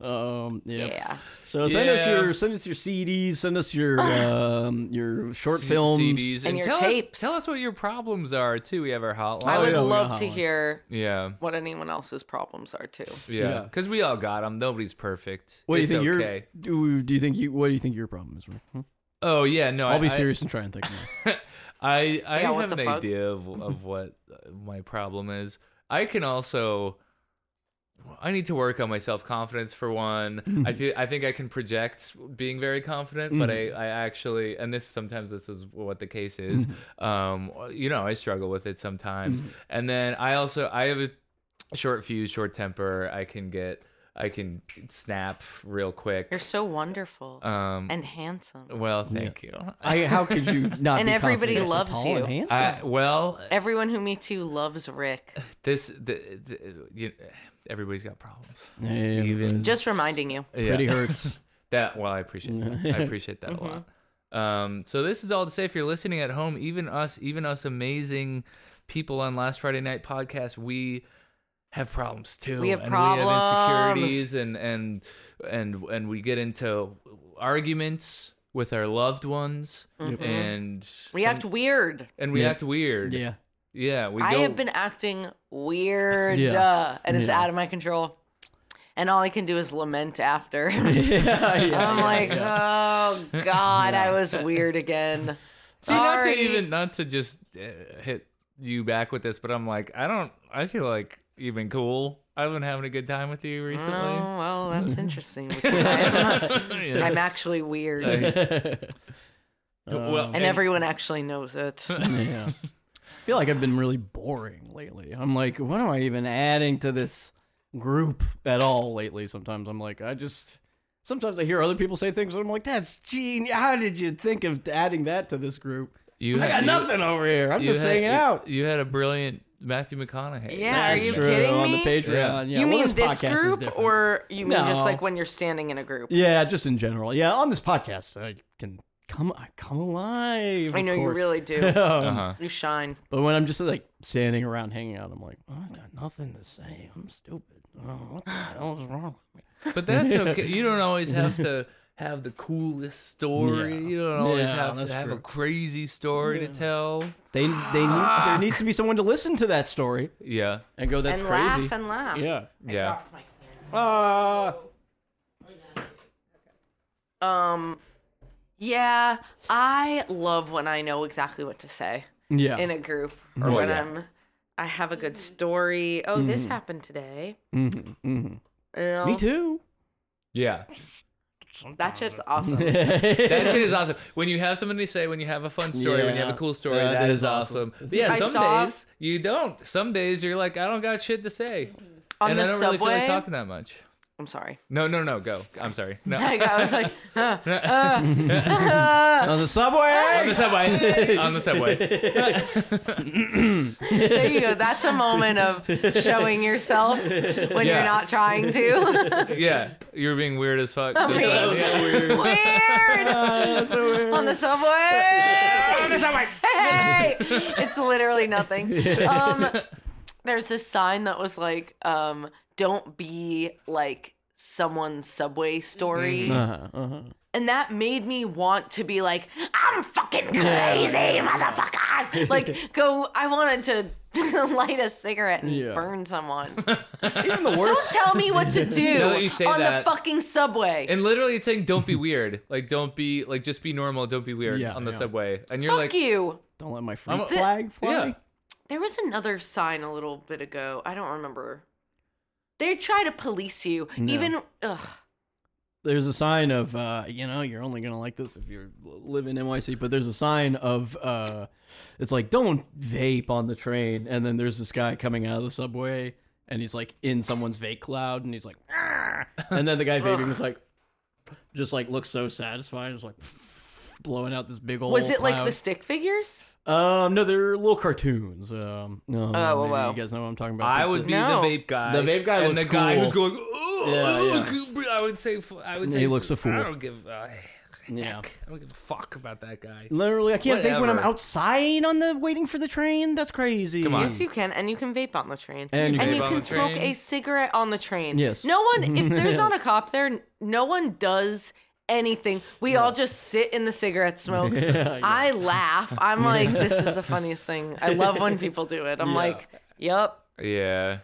Speaker 2: Um. Yeah.
Speaker 3: yeah.
Speaker 2: So send us
Speaker 1: Yeah.
Speaker 2: your send us your CDs. Send us your um your short
Speaker 1: C-
Speaker 2: films.
Speaker 1: CDs and,
Speaker 3: your
Speaker 1: tell
Speaker 3: tapes.
Speaker 1: Us, tell us what your problems are too. We have our hotline.
Speaker 3: I would
Speaker 2: yeah, we got
Speaker 3: love to
Speaker 2: Holland.
Speaker 3: hear
Speaker 1: yeah,
Speaker 3: what anyone else's problems are too.
Speaker 1: yeah,
Speaker 2: Yeah.
Speaker 1: because we all got them. Nobody's perfect.
Speaker 2: What do you
Speaker 1: It's
Speaker 2: think your
Speaker 1: okay.
Speaker 2: do, do you think you what do you think your problem is? Rick? Hmm?
Speaker 1: Oh yeah, no.
Speaker 2: I'll
Speaker 1: I,
Speaker 2: be
Speaker 1: I-
Speaker 2: serious and try and think. of mine.
Speaker 1: I I
Speaker 3: Yeah, what
Speaker 1: have
Speaker 3: the
Speaker 1: an
Speaker 3: fuck?
Speaker 1: idea of of what uh, my problem is. I can also. I need to work on my self confidence for one. I feel I think I can project being very confident, but
Speaker 2: Mm-hmm.
Speaker 1: I, I actually and this sometimes this is what the case is.
Speaker 2: Mm-hmm.
Speaker 1: Um, you know, I struggle with it sometimes. And then I also I have a short fuse, short temper. I can get I can snap real quick.
Speaker 3: You're so wonderful
Speaker 1: Um,
Speaker 3: and handsome.
Speaker 1: well, thank you.
Speaker 2: I, how could you not?
Speaker 3: And
Speaker 2: be
Speaker 3: everybody
Speaker 2: confident?
Speaker 3: loves
Speaker 2: Tall and
Speaker 3: you.
Speaker 2: handsome?
Speaker 1: I, well,
Speaker 3: Everyone who meets you loves Rick.
Speaker 1: this the, the you, everybody's got problems.
Speaker 2: Yeah, yeah, yeah.
Speaker 1: Even
Speaker 3: Just reminding you.
Speaker 1: yeah.
Speaker 2: pretty hurts. Mm-hmm.
Speaker 1: that. Well, I appreciate that. I appreciate that a lot. Um, so this is all to say if you're listening at home, even us, even us amazing people on Last Friday Night podcast, we have problems too.
Speaker 3: We have
Speaker 1: and We have
Speaker 3: problems.
Speaker 1: insecurities and and and and we get into arguments with our loved ones and
Speaker 3: Mm-hmm. We act weird.
Speaker 1: and we
Speaker 2: Yeah.
Speaker 1: act weird.
Speaker 2: yeah.
Speaker 1: Yeah, we
Speaker 3: I
Speaker 1: go-
Speaker 3: have been acting weird,
Speaker 2: Yeah.
Speaker 3: uh, and it's
Speaker 2: Yeah.
Speaker 3: out of my control. And all I can do is lament after. I'm like, oh God, I was weird again.
Speaker 1: See, not
Speaker 3: Sorry.
Speaker 1: to even not to just uh, hit you back with this, but I'm like, I don't. I feel like you've been cool. I've been having a good time with you recently.
Speaker 3: Oh well, that's interesting. Because I'm,
Speaker 2: Mm.
Speaker 3: I'm actually weird, and
Speaker 2: Um,
Speaker 1: well, and
Speaker 3: everyone actually knows it.
Speaker 2: Yeah. I feel like I've been really boring lately. I'm like, what am I even adding to this group at all lately? Sometimes I'm like, I just. Sometimes I hear other people say things, and I'm like, that's genius. How did you think of adding that to this group?
Speaker 1: you
Speaker 2: I got
Speaker 1: you-
Speaker 2: nothing over here. I'm
Speaker 1: you
Speaker 2: just
Speaker 1: had-
Speaker 2: hanging
Speaker 1: you-
Speaker 2: out.
Speaker 1: You had a brilliant Matthew McConaughey.
Speaker 3: Yeah, are
Speaker 2: That's
Speaker 3: you
Speaker 2: true,
Speaker 3: kidding
Speaker 2: On the
Speaker 3: me?
Speaker 2: Patreon. Yeah.
Speaker 3: you
Speaker 2: well,
Speaker 3: mean this
Speaker 2: podcast is
Speaker 3: group,
Speaker 2: different.
Speaker 3: or you mean
Speaker 2: No.
Speaker 3: just like when you're standing in a group?
Speaker 2: Yeah, just in general. Yeah, on this podcast, I can come, I come alive.
Speaker 3: I
Speaker 2: of
Speaker 3: know you
Speaker 2: course.
Speaker 3: really do.
Speaker 2: Um,
Speaker 3: You shine.
Speaker 2: But when I'm just like standing around hanging out, I'm like, "Oh, I got nothing to say. I'm stupid. Oh, what the hell is wrong with me?
Speaker 1: But that's okay. You don't always have to have the coolest story.
Speaker 2: Yeah.
Speaker 1: You don't always
Speaker 2: Yeah,
Speaker 1: have
Speaker 2: that's
Speaker 1: to have a
Speaker 2: true.
Speaker 1: crazy story to tell.
Speaker 2: They they need there needs to be someone to listen to that story
Speaker 1: Yeah,
Speaker 2: and go, that's
Speaker 3: and
Speaker 2: crazy.
Speaker 3: laugh and laugh.
Speaker 2: yeah.
Speaker 1: yeah.
Speaker 2: Uh,
Speaker 3: Um, yeah, I love when I know exactly what to say
Speaker 2: yeah.
Speaker 3: in a group or
Speaker 1: Oh,
Speaker 3: when
Speaker 1: yeah.
Speaker 3: I'm I have a good story. Oh, this happened today.
Speaker 2: Mhm, mhm.
Speaker 3: Yeah.
Speaker 2: Mm-hmm. Me too.
Speaker 1: Yeah,
Speaker 3: That shit's awesome.
Speaker 1: that shit is awesome. When you have something to say, when you have a fun story, when you have
Speaker 2: Yeah.
Speaker 1: a cool story,
Speaker 2: That
Speaker 1: that
Speaker 2: is
Speaker 1: is awesome. But
Speaker 3: I
Speaker 1: yeah, some
Speaker 3: saw-
Speaker 1: days you don't. Some days you're like, I don't got shit to say.
Speaker 3: On
Speaker 1: and
Speaker 3: the
Speaker 1: I don't
Speaker 3: subway.
Speaker 1: really feel like talking that much.
Speaker 3: I'm sorry.
Speaker 1: No, no, no, go. I'm sorry. No.
Speaker 3: Like, I was like, huh,
Speaker 2: on the subway.
Speaker 1: on the subway. on the subway.
Speaker 3: there you go. That's a moment of showing yourself when
Speaker 1: Yeah.
Speaker 3: you're not trying to.
Speaker 1: Yeah, you were being weird as fuck. Just
Speaker 3: man.
Speaker 1: like- yeah.
Speaker 3: Weird. On the subway. On the subway. Hey, it's literally nothing. Um, there's this sign that was like, um, "Don't be like someone's subway story," and that made me want to be like, "I'm fucking crazy, motherfuckers!" Like, go. I wanted to light a cigarette and
Speaker 2: Yeah.
Speaker 3: burn someone.
Speaker 2: Even the worst.
Speaker 3: Don't tell me what to do
Speaker 1: Now that you say
Speaker 3: on
Speaker 1: that-
Speaker 3: the fucking subway.
Speaker 1: And literally, it's saying, "Don't be weird. Like, don't be like, just be normal. Don't be weird
Speaker 2: Yeah,
Speaker 1: on the
Speaker 2: yeah.
Speaker 1: subway." And you're
Speaker 3: Fuck
Speaker 1: like,
Speaker 3: you.
Speaker 2: Don't let my free
Speaker 1: I'm a-
Speaker 2: flag fly.
Speaker 1: "Yeah,
Speaker 3: There was another sign a little bit ago. I don't remember. They try to police you. Even ugh.
Speaker 2: There's a sign of, uh, you know, you're only gonna like this if you live in NYC. But there's a sign of, uh, it's like don't vape on the train. And then there's this guy coming out of the subway, and he's like in someone's vape cloud, and he's like, "Ah!" and then the guy vaping is like, just like looks so satisfied, just like blowing out this big old.
Speaker 3: Was it like
Speaker 2: cloud.
Speaker 3: the stick figures?
Speaker 2: Um, no, they're little cartoons. Um, no,
Speaker 3: Oh,
Speaker 2: maybe
Speaker 3: wow.
Speaker 2: You guys know what I'm talking about.
Speaker 1: I would be
Speaker 3: No.
Speaker 1: the vape guy.
Speaker 2: The vape guy
Speaker 1: and
Speaker 2: looks
Speaker 1: the guy
Speaker 2: cool.
Speaker 1: who's going. Oh, I would say. f- I would
Speaker 2: He
Speaker 1: say.
Speaker 2: looks a fool.
Speaker 1: I don't give. Uh,
Speaker 2: Yeah.
Speaker 1: heck. I don't give a fuck about that guy.
Speaker 2: Literally, I can't think when I'm
Speaker 1: Whatever.
Speaker 2: outside on the waiting for the train. That's crazy.
Speaker 1: Come on.
Speaker 3: Yes, you can, and you can vape on the train,
Speaker 2: Hmm. And you
Speaker 3: and
Speaker 2: can
Speaker 3: you
Speaker 1: vape on
Speaker 3: can
Speaker 1: the
Speaker 3: smoke
Speaker 1: train.
Speaker 3: a cigarette on the train.
Speaker 2: Yes.
Speaker 3: No one, if there's not a cop there, no one does anything. We all just sit in the cigarette smoke. I laugh. I'm like, this is the funniest thing. I love when people do it. I'm like, yep.
Speaker 1: Yeah.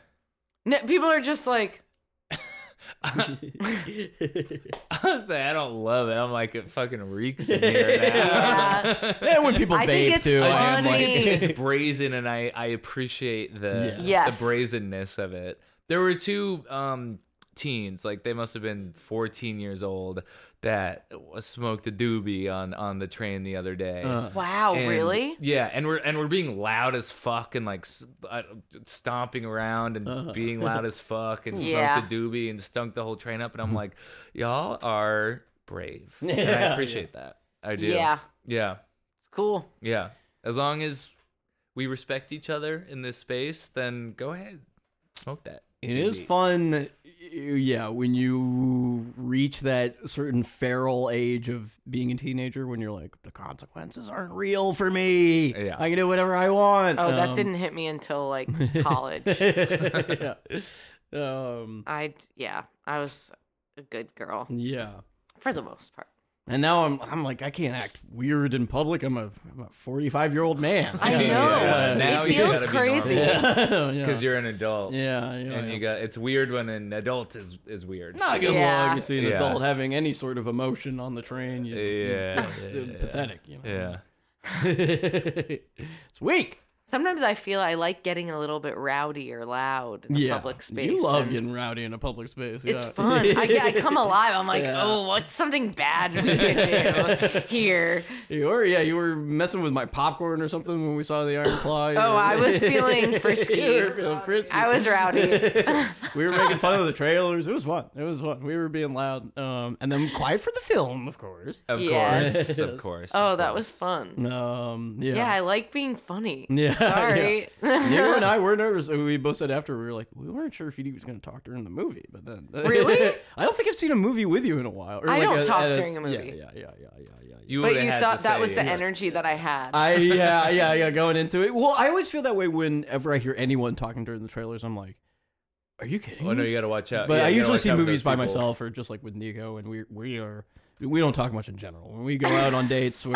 Speaker 3: No, people are just like,
Speaker 1: I was like, I don't love it. I'm like, it fucking reeks in here now.
Speaker 3: yeah.
Speaker 2: And when people
Speaker 3: I think
Speaker 2: vape
Speaker 3: it's
Speaker 2: too,
Speaker 1: I
Speaker 2: I'm
Speaker 1: do like
Speaker 3: funny.
Speaker 2: like,
Speaker 1: it's, it's brazen, and I I appreciate the
Speaker 2: Yeah.
Speaker 3: Yes.
Speaker 1: the brazenness of it. There were two um teens, like they must have been 14 years old, that smoked a doobie on on the train the other day.
Speaker 3: wow,
Speaker 1: And-
Speaker 3: Oh, really?
Speaker 1: Yeah, and we're and we're being loud as fuck and like s- uh, stomping around and
Speaker 2: Uh-huh.
Speaker 1: being loud as fuck and smoked
Speaker 3: Yeah.
Speaker 1: a doobie and stunk the whole train up. And
Speaker 2: Mm-hmm.
Speaker 1: I'm like, y'all are brave. and I appreciate that. I do.
Speaker 3: Yeah.
Speaker 1: Yeah.
Speaker 3: Cool.
Speaker 1: Yeah. As long as we respect each other in this space, then go ahead. Smoke that.
Speaker 2: it is
Speaker 1: doobie.
Speaker 2: fun. Yeah, when you reach that certain feral age of being a teenager, when you're like, the consequences aren't real for me.
Speaker 1: Yeah.
Speaker 2: I can do whatever I want.
Speaker 3: Oh, that
Speaker 2: Um,
Speaker 3: didn't hit me until like college.
Speaker 2: yeah. Um,
Speaker 3: I d- yeah, I was a good girl
Speaker 2: yeah.
Speaker 3: for the most part.
Speaker 2: And now I'm I'm like I can't act weird in public. I'm a I'm a 45 year old man.
Speaker 3: I know.
Speaker 1: Yeah, now
Speaker 3: it
Speaker 1: you
Speaker 3: feels
Speaker 1: gotta be
Speaker 3: crazy.
Speaker 1: normal.
Speaker 2: know.
Speaker 1: Because you're an adult.
Speaker 2: yeah, yeah.
Speaker 1: And
Speaker 2: yeah.
Speaker 1: you got it's weird when an adult is is weird.
Speaker 2: not a good
Speaker 3: Yeah.
Speaker 2: look. You see an
Speaker 1: Yeah.
Speaker 2: adult having any sort of emotion on the train. You,
Speaker 1: Yeah.
Speaker 2: it's uh, pathetic. You know,
Speaker 1: Yeah.
Speaker 2: it's weak.
Speaker 3: Sometimes I feel I like getting a little bit rowdy or loud in the public space.
Speaker 2: You love
Speaker 3: and
Speaker 2: getting rowdy in a public space.
Speaker 3: It's
Speaker 2: yeah.
Speaker 3: fun. I, get- I come alive. I'm like, oh, what's something bad we can do here?
Speaker 2: You were, yeah, you were messing with my popcorn or something when we saw the Iron Claw. You
Speaker 3: Oh,
Speaker 2: were-
Speaker 3: I was feeling
Speaker 2: you
Speaker 3: frisky.
Speaker 2: were feeling frisky.
Speaker 3: I was rowdy.
Speaker 2: we were making fun of the trailers. It was fun. It was fun. We were being loud, um, and then quiet for the film, of course.
Speaker 1: Of
Speaker 3: Yes.
Speaker 1: course. Of course.
Speaker 3: Oh,
Speaker 1: of
Speaker 3: that
Speaker 1: course.
Speaker 3: was fun.
Speaker 2: Um, yeah,
Speaker 3: Yeah, I like being funny.
Speaker 2: Yeah,
Speaker 3: Sorry.
Speaker 2: you and I were nervous. We both said after we were like, we weren't sure if he was going to talk during the movie, but then
Speaker 3: Really?
Speaker 2: I don't think I've seen a movie with you in a while. Or
Speaker 3: I
Speaker 2: like
Speaker 3: don't
Speaker 2: a-
Speaker 3: talk
Speaker 2: at
Speaker 3: during a movie.
Speaker 2: Yeah, yeah, yeah, yeah, yeah. yeah.
Speaker 1: You
Speaker 3: But
Speaker 1: would've
Speaker 3: you
Speaker 1: had to
Speaker 3: thought that was
Speaker 1: say-
Speaker 3: the energy that I had.
Speaker 2: I yeah yeah yeah going into it. Well, I always feel that way whenever I hear anyone talking during the trailers. I'm like, are you kidding?
Speaker 1: Oh no,
Speaker 2: me?
Speaker 1: you gotta watch out.
Speaker 2: But
Speaker 1: Yeah, you
Speaker 2: I
Speaker 1: gotta
Speaker 2: usually
Speaker 1: watch
Speaker 2: see
Speaker 1: out for
Speaker 2: movies
Speaker 1: those
Speaker 2: by
Speaker 1: people.
Speaker 2: myself or just like with Nico, and we we are we don't talk much in general. When we go out on dates, we're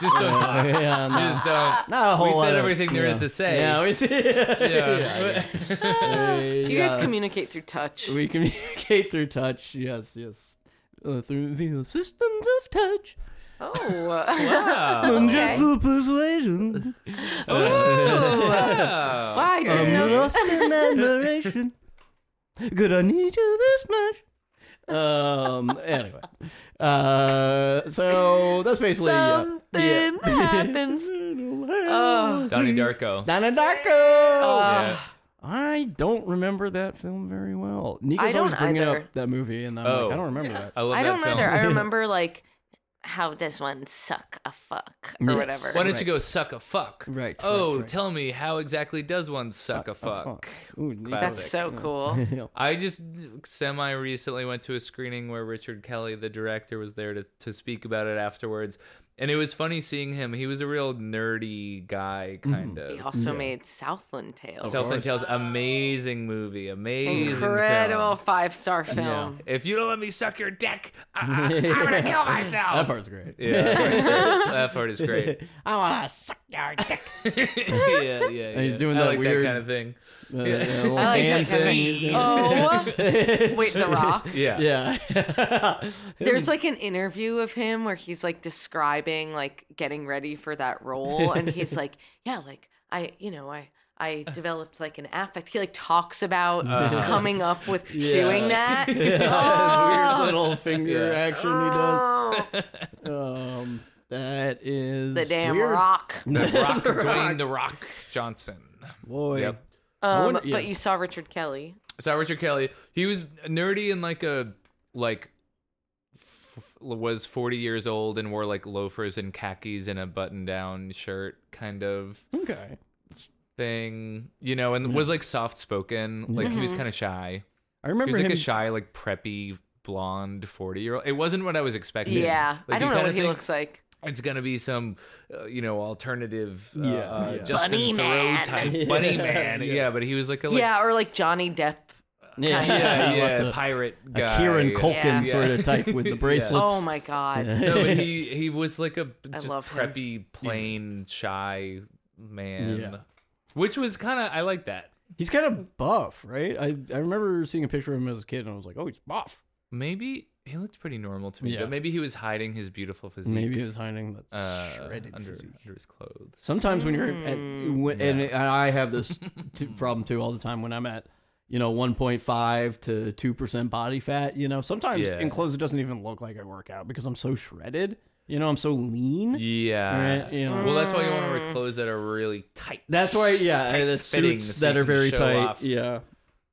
Speaker 1: Just don't talk.
Speaker 2: yeah, no,
Speaker 1: Just don't.
Speaker 2: not a whole
Speaker 1: we
Speaker 2: lot
Speaker 1: said
Speaker 2: of-
Speaker 1: everything there is
Speaker 2: yeah.
Speaker 1: to say.
Speaker 2: Yeah, we see.
Speaker 1: Yeah.
Speaker 3: you guys communicate through touch.
Speaker 2: We communicate through touch. Yes, yes. Uh, through the systems of touch,
Speaker 3: oh.
Speaker 1: Wow.
Speaker 2: and
Speaker 3: Okay.
Speaker 2: gentle persuasion,
Speaker 3: Ooh.
Speaker 1: Wow.
Speaker 3: Wow, I didn't
Speaker 1: Um,
Speaker 2: I'm
Speaker 3: know
Speaker 2: lost in admiration. Good, I need you this much. Um. Anyway, uh. So that's basically yeah.
Speaker 3: Something happens. Oh.
Speaker 1: Donnie Darko.
Speaker 2: Donnie
Speaker 3: Uh,
Speaker 2: Darko. I don't remember that film very well. Nico's
Speaker 3: I don't
Speaker 2: always bringing
Speaker 3: either.
Speaker 2: up that movie, and I'm
Speaker 1: Oh.
Speaker 2: like, I don't remember that.
Speaker 1: I love
Speaker 3: I
Speaker 1: that
Speaker 3: don't
Speaker 1: film.
Speaker 3: either. I remember like how does one suck a fuck or
Speaker 2: Yes.
Speaker 3: whatever.
Speaker 1: Why don't you go suck a fuck?
Speaker 2: Right,
Speaker 1: Oh,
Speaker 2: right, right.
Speaker 1: tell me how exactly does one suck a fuck?
Speaker 2: Ooh, Nico.
Speaker 1: Classic.
Speaker 3: That's so cool.
Speaker 1: I just semi recently went to a screening where Richard Kelly, the director, was there to, to speak about it afterwards. And it was funny seeing him. He was a real nerdy guy,
Speaker 2: Mm-hmm.
Speaker 1: kind of.
Speaker 3: He also made Southland Tales.
Speaker 1: Southland Tales, amazing movie, amazing,
Speaker 3: Incredible
Speaker 1: Film.
Speaker 3: five star
Speaker 1: Yeah.
Speaker 3: film.
Speaker 1: If you don't let me suck your dick, I, am gonna kill
Speaker 2: That
Speaker 1: myself.
Speaker 2: part's great.
Speaker 1: Yeah, that part's great. That part is great.
Speaker 2: I want to suck your dick.
Speaker 1: yeah, yeah, yeah. And
Speaker 2: he's doing
Speaker 1: I
Speaker 2: that
Speaker 1: like
Speaker 2: weird-
Speaker 1: that kind of thing.
Speaker 2: Uh, yeah, little
Speaker 3: I like
Speaker 2: hand
Speaker 3: that kind
Speaker 2: thing.
Speaker 3: of. Oh, wait, The Rock.
Speaker 1: Yeah,
Speaker 2: Yeah.
Speaker 3: There's like an interview of him where he's like describing like getting ready for that role and he's like, yeah, like I, you know, I I developed like an affect. He like talks about coming up with doing that.
Speaker 2: That
Speaker 3: Oh,
Speaker 2: weird little finger
Speaker 1: Yeah.
Speaker 2: action he does. Um, that is
Speaker 3: the damn
Speaker 2: weird.
Speaker 3: rock.
Speaker 1: Rock, Dwayne the Rock Johnson.
Speaker 2: boy.
Speaker 1: Yep.
Speaker 2: I
Speaker 3: Um,
Speaker 2: wonder- yeah.
Speaker 3: But you saw Richard Kelly.
Speaker 1: So Richard Kelly, he was nerdy and like a like f- was 40 years old and wore like loafers and khakis and a button-down shirt kind of
Speaker 2: Okay.
Speaker 1: thing, you know, and
Speaker 2: Mm-hmm.
Speaker 1: was like soft-spoken, like he was kind of shy.
Speaker 2: I
Speaker 1: He was
Speaker 2: remember
Speaker 1: like
Speaker 2: him.
Speaker 1: a shy like preppy blonde 40-year-old. It wasn't what I was expecting.
Speaker 3: Yeah,
Speaker 1: Like,
Speaker 3: I
Speaker 1: he's
Speaker 3: don't know
Speaker 1: kinda
Speaker 3: what he
Speaker 1: think-
Speaker 3: looks like.
Speaker 1: it's gonna be some, uh, you know, alternative, uh,
Speaker 2: Yeah,
Speaker 1: uh,
Speaker 2: yeah.
Speaker 1: Justin
Speaker 3: Bunny
Speaker 1: Theroux
Speaker 3: man.
Speaker 1: type, bunny man. Yeah. but he was like a like,
Speaker 3: yeah, or like Johnny Depp.
Speaker 2: yeah,
Speaker 1: yeah, yeah,
Speaker 2: lots of-
Speaker 1: pirate guy,
Speaker 2: a Kieran Culkin
Speaker 3: Yeah.
Speaker 2: sort of type with the bracelets.
Speaker 3: Oh my god.
Speaker 1: No, but he he was like a just
Speaker 3: love him.
Speaker 1: preppy, plain, shy man,
Speaker 2: Yeah.
Speaker 1: which was kind of I like that.
Speaker 2: He's kind of buff, right? I, I remember seeing a picture of him as a kid, and I was like, oh, he's buff.
Speaker 1: Maybe he looked pretty normal to me,
Speaker 2: Yeah.
Speaker 1: but maybe he was hiding his beautiful physique.
Speaker 2: Maybe he was hiding that
Speaker 1: uh,
Speaker 2: shredded
Speaker 1: under,
Speaker 2: physique.
Speaker 1: under his clothes.
Speaker 2: Sometimes when you're at, when, and I have this t- problem too all the time when I'm at you know 1.5 to 2% body fat, you know. Sometimes
Speaker 1: Yeah.
Speaker 2: in clothes it doesn't even look like I work out because I'm so shredded. You know, I'm so lean.
Speaker 1: Yeah.
Speaker 2: Right, you know.
Speaker 1: Well, that's why you want to
Speaker 3: Mm.
Speaker 1: wear clothes that are really tight.
Speaker 2: That's why yeah, and it's
Speaker 1: fittings
Speaker 2: suits
Speaker 1: so
Speaker 2: that
Speaker 1: you
Speaker 2: are
Speaker 1: can
Speaker 2: very
Speaker 1: show
Speaker 2: tight.
Speaker 1: off.
Speaker 2: Yeah.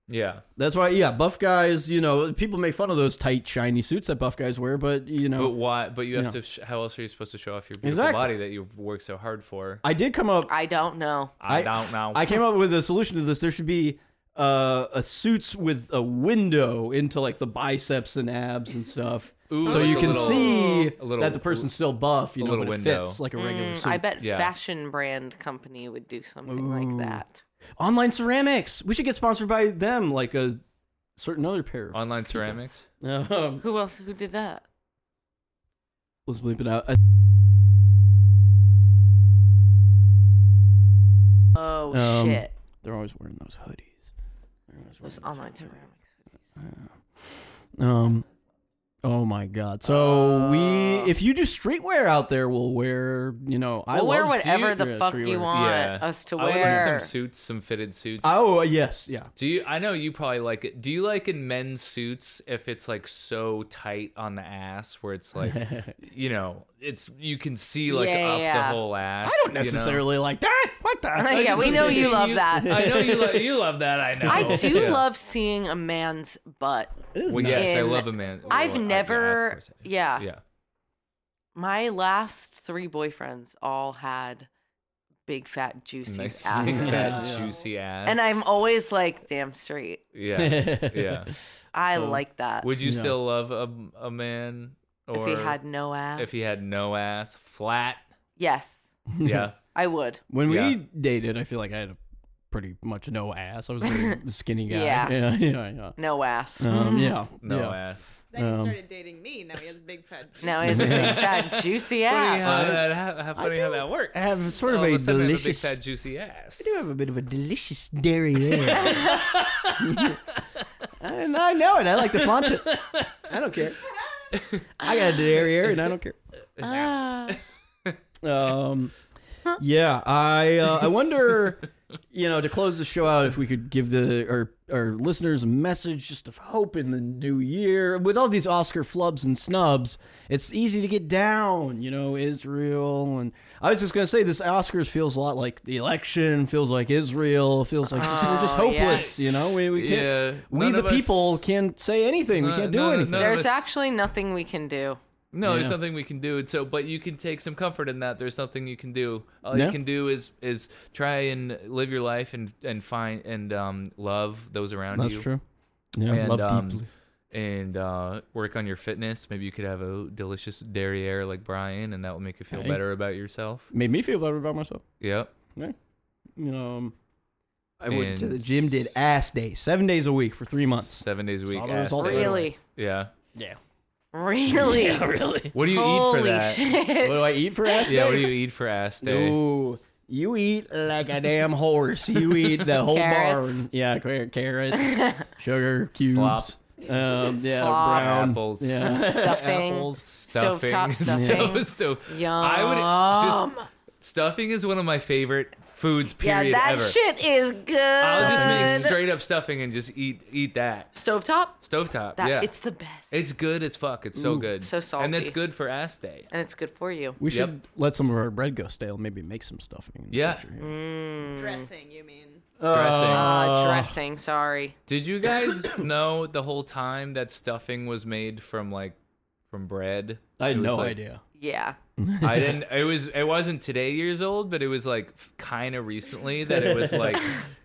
Speaker 1: Yeah.
Speaker 2: That's why yeah, buff guys, you know, people make fun of those tight shiny suits that buff guys wear, but you
Speaker 1: But
Speaker 2: know,
Speaker 1: why? But you have to.
Speaker 2: Yeah.
Speaker 1: Sh- how else are you supposed to show off your beautiful
Speaker 2: Exactly.
Speaker 1: body that you've worked so hard for?
Speaker 2: I did come up
Speaker 3: I don't know.
Speaker 1: I, don't know.
Speaker 2: I came up with a solution to this. There should be uh, a suits with a window into like the biceps and abs and stuff,
Speaker 1: Ooh,
Speaker 2: so you
Speaker 1: like a
Speaker 2: can
Speaker 1: little-
Speaker 2: see
Speaker 1: a little-
Speaker 2: that the person's still buff. You know,
Speaker 1: little
Speaker 2: but it
Speaker 1: window.
Speaker 2: fits like a regular suit.
Speaker 3: Mm, I bet
Speaker 1: Yeah.
Speaker 3: fashion brand company would do something like that.
Speaker 2: Online ceramics. We should get sponsored by them, like a certain other pair. Of,
Speaker 1: Online ceramics.
Speaker 2: um,
Speaker 3: Who else? Who did that?
Speaker 2: was bleeping out.
Speaker 3: Oh
Speaker 2: Um,
Speaker 3: shit!
Speaker 2: They're always wearing those hoodies. They're always
Speaker 3: Those
Speaker 2: wearing-
Speaker 3: online ceramics.
Speaker 2: Um. Oh my god. So
Speaker 1: Uh.
Speaker 2: we if you do streetwear out there, we'll wear, you know, I
Speaker 3: We'll wear
Speaker 2: love
Speaker 3: whatever the
Speaker 2: streetwear-
Speaker 3: fuck you
Speaker 2: streetwear.
Speaker 3: want us to
Speaker 1: I would like
Speaker 3: wear.
Speaker 1: some suits, some fitted suits.
Speaker 2: Oh yes, yeah.
Speaker 1: do you? I know you probably like it. Do you like in men's suits if it's like so tight on the ass where it's like, you know, it's you can see like
Speaker 3: Yeah,
Speaker 1: up
Speaker 3: yeah.
Speaker 1: the whole ass.
Speaker 2: I don't necessarily like that. What the?
Speaker 3: Uh, Oh, yeah, we know you love that.
Speaker 1: I know you. Lo- you love that. I know.
Speaker 3: I do
Speaker 1: Yeah.
Speaker 3: love seeing a man's butt.
Speaker 1: Well, yes, I
Speaker 3: in-
Speaker 1: love a man.
Speaker 3: I've
Speaker 1: well, I- yeah, of
Speaker 3: never-
Speaker 1: course I do.
Speaker 3: yeah.
Speaker 1: Yeah.
Speaker 3: My last three boyfriends all had big fat juicy
Speaker 1: Nice big
Speaker 3: asses,
Speaker 1: fat juicy ass.
Speaker 3: and I'm always like, damn straight.
Speaker 1: yeah, yeah.
Speaker 3: I like that.
Speaker 1: Would you still love a, a man
Speaker 3: if
Speaker 1: or
Speaker 3: he had no ass,
Speaker 1: if he had no ass, flat?
Speaker 3: yes,
Speaker 1: Yeah,
Speaker 3: I would.
Speaker 2: When
Speaker 1: Yeah.
Speaker 2: we dated, I feel like I had a pretty much no ass. I was a very skinny guy.
Speaker 3: Yeah. Mm-hmm.
Speaker 2: yeah, yeah, yeah.
Speaker 3: No ass.
Speaker 2: Um, yeah,
Speaker 1: no
Speaker 2: yeah.
Speaker 1: ass.
Speaker 4: Then he
Speaker 2: Um,
Speaker 4: started dating me. Now he has big fat. juice.
Speaker 3: Now he has a big fat juicy
Speaker 1: How,
Speaker 3: ass.
Speaker 1: that, Uh, how, how funny how that works.
Speaker 2: I have sort of
Speaker 1: All
Speaker 2: a
Speaker 1: a sudden I have
Speaker 2: delicious-
Speaker 1: a big fat juicy ass.
Speaker 2: I have a bit of a delicious dairy and I know it. I like to flaunt it. I don't care. I got a derriere, and I don't care.
Speaker 3: Ah.
Speaker 2: Um, yeah, I uh, I wonder, you know, to close the show out, if we could give the our our listeners a message just of hope in the new year. With all these Oscar flubs and snubs, it's easy to get down, you know, Israel. And I was just gonna say, this Oscars feels a lot like the election, feels like Israel, feels like just, we're just
Speaker 3: Oh,
Speaker 2: hopeless,
Speaker 3: yes.
Speaker 2: you know. We we can't,
Speaker 1: Yeah,
Speaker 2: we
Speaker 1: none
Speaker 2: the
Speaker 1: of us-
Speaker 2: people can't say anything. we
Speaker 1: No-
Speaker 2: can't do
Speaker 1: no- no-
Speaker 2: anything.
Speaker 1: no.
Speaker 3: There's
Speaker 1: it's-
Speaker 3: actually nothing we can do.
Speaker 1: No,
Speaker 2: Yeah.
Speaker 1: there's nothing we can do. And so, but you can take some comfort in that. There's nothing you can do. All
Speaker 2: Yeah.
Speaker 1: you can do is is try and live your life and and find and um love those around
Speaker 2: That's
Speaker 1: you.
Speaker 2: true. Yeah,
Speaker 1: And,
Speaker 2: love
Speaker 1: um,
Speaker 2: deeply.
Speaker 1: and uh, work on your fitness. Maybe you could have a delicious derriere like Brian, and that will make you feel
Speaker 2: Hey.
Speaker 1: better about yourself.
Speaker 2: Made me feel better about myself.
Speaker 1: Yep.
Speaker 2: Um, I went to
Speaker 1: And-
Speaker 2: the gym, did ass day, seven days a week for three months.
Speaker 1: Seven days a week.
Speaker 2: the
Speaker 1: ass
Speaker 2: results
Speaker 1: day.
Speaker 2: right away.
Speaker 3: Really?
Speaker 1: Yeah.
Speaker 3: Really?
Speaker 2: really?
Speaker 1: What do you eat for
Speaker 3: Holy
Speaker 1: that?
Speaker 2: What do
Speaker 3: shit.
Speaker 2: I eat for ass day?
Speaker 1: Yeah. What do you eat for ass day?
Speaker 2: Ooh, you eat like a damn horse. You eat the whole
Speaker 3: Carrots.
Speaker 2: barn. Yeah, car- carrots, sugar cubes,
Speaker 1: Slop.
Speaker 2: Um, yeah,
Speaker 3: Slop.
Speaker 2: brown
Speaker 1: Apples.
Speaker 2: Yeah,
Speaker 3: Stuffing.
Speaker 1: Stuffing.
Speaker 3: Stovetop
Speaker 1: So-
Speaker 3: stuffing.
Speaker 1: sto-
Speaker 3: Yum.
Speaker 1: I would just stuffing is one of my favorite foods.
Speaker 3: yeah,
Speaker 1: Period.
Speaker 3: that
Speaker 1: ever.
Speaker 3: shit is good.
Speaker 1: I'll just make straight up stuffing and just eat eat that
Speaker 3: Stovetop?
Speaker 1: stovetop.
Speaker 3: That,
Speaker 1: yeah,
Speaker 3: It's the best.
Speaker 1: It's good as fuck. It's so good.
Speaker 3: So
Speaker 1: And it's
Speaker 3: salty.
Speaker 1: good for ass day.
Speaker 3: and it's good for you.
Speaker 2: We
Speaker 1: Yep.
Speaker 2: should let some of our bread go stale. and Maybe make some stuffing. in the
Speaker 1: Yeah.
Speaker 2: future.
Speaker 4: Dressing, you mean?
Speaker 1: Dressing.
Speaker 3: Uh, dressing, sorry.
Speaker 1: Did you guys know the whole time that stuffing was made from like from bread? It
Speaker 2: I had
Speaker 1: was,
Speaker 2: no
Speaker 1: like-
Speaker 2: idea.
Speaker 3: Yeah.
Speaker 1: I didn't. It was. It wasn't today years old, but it was like kind of recently that it was like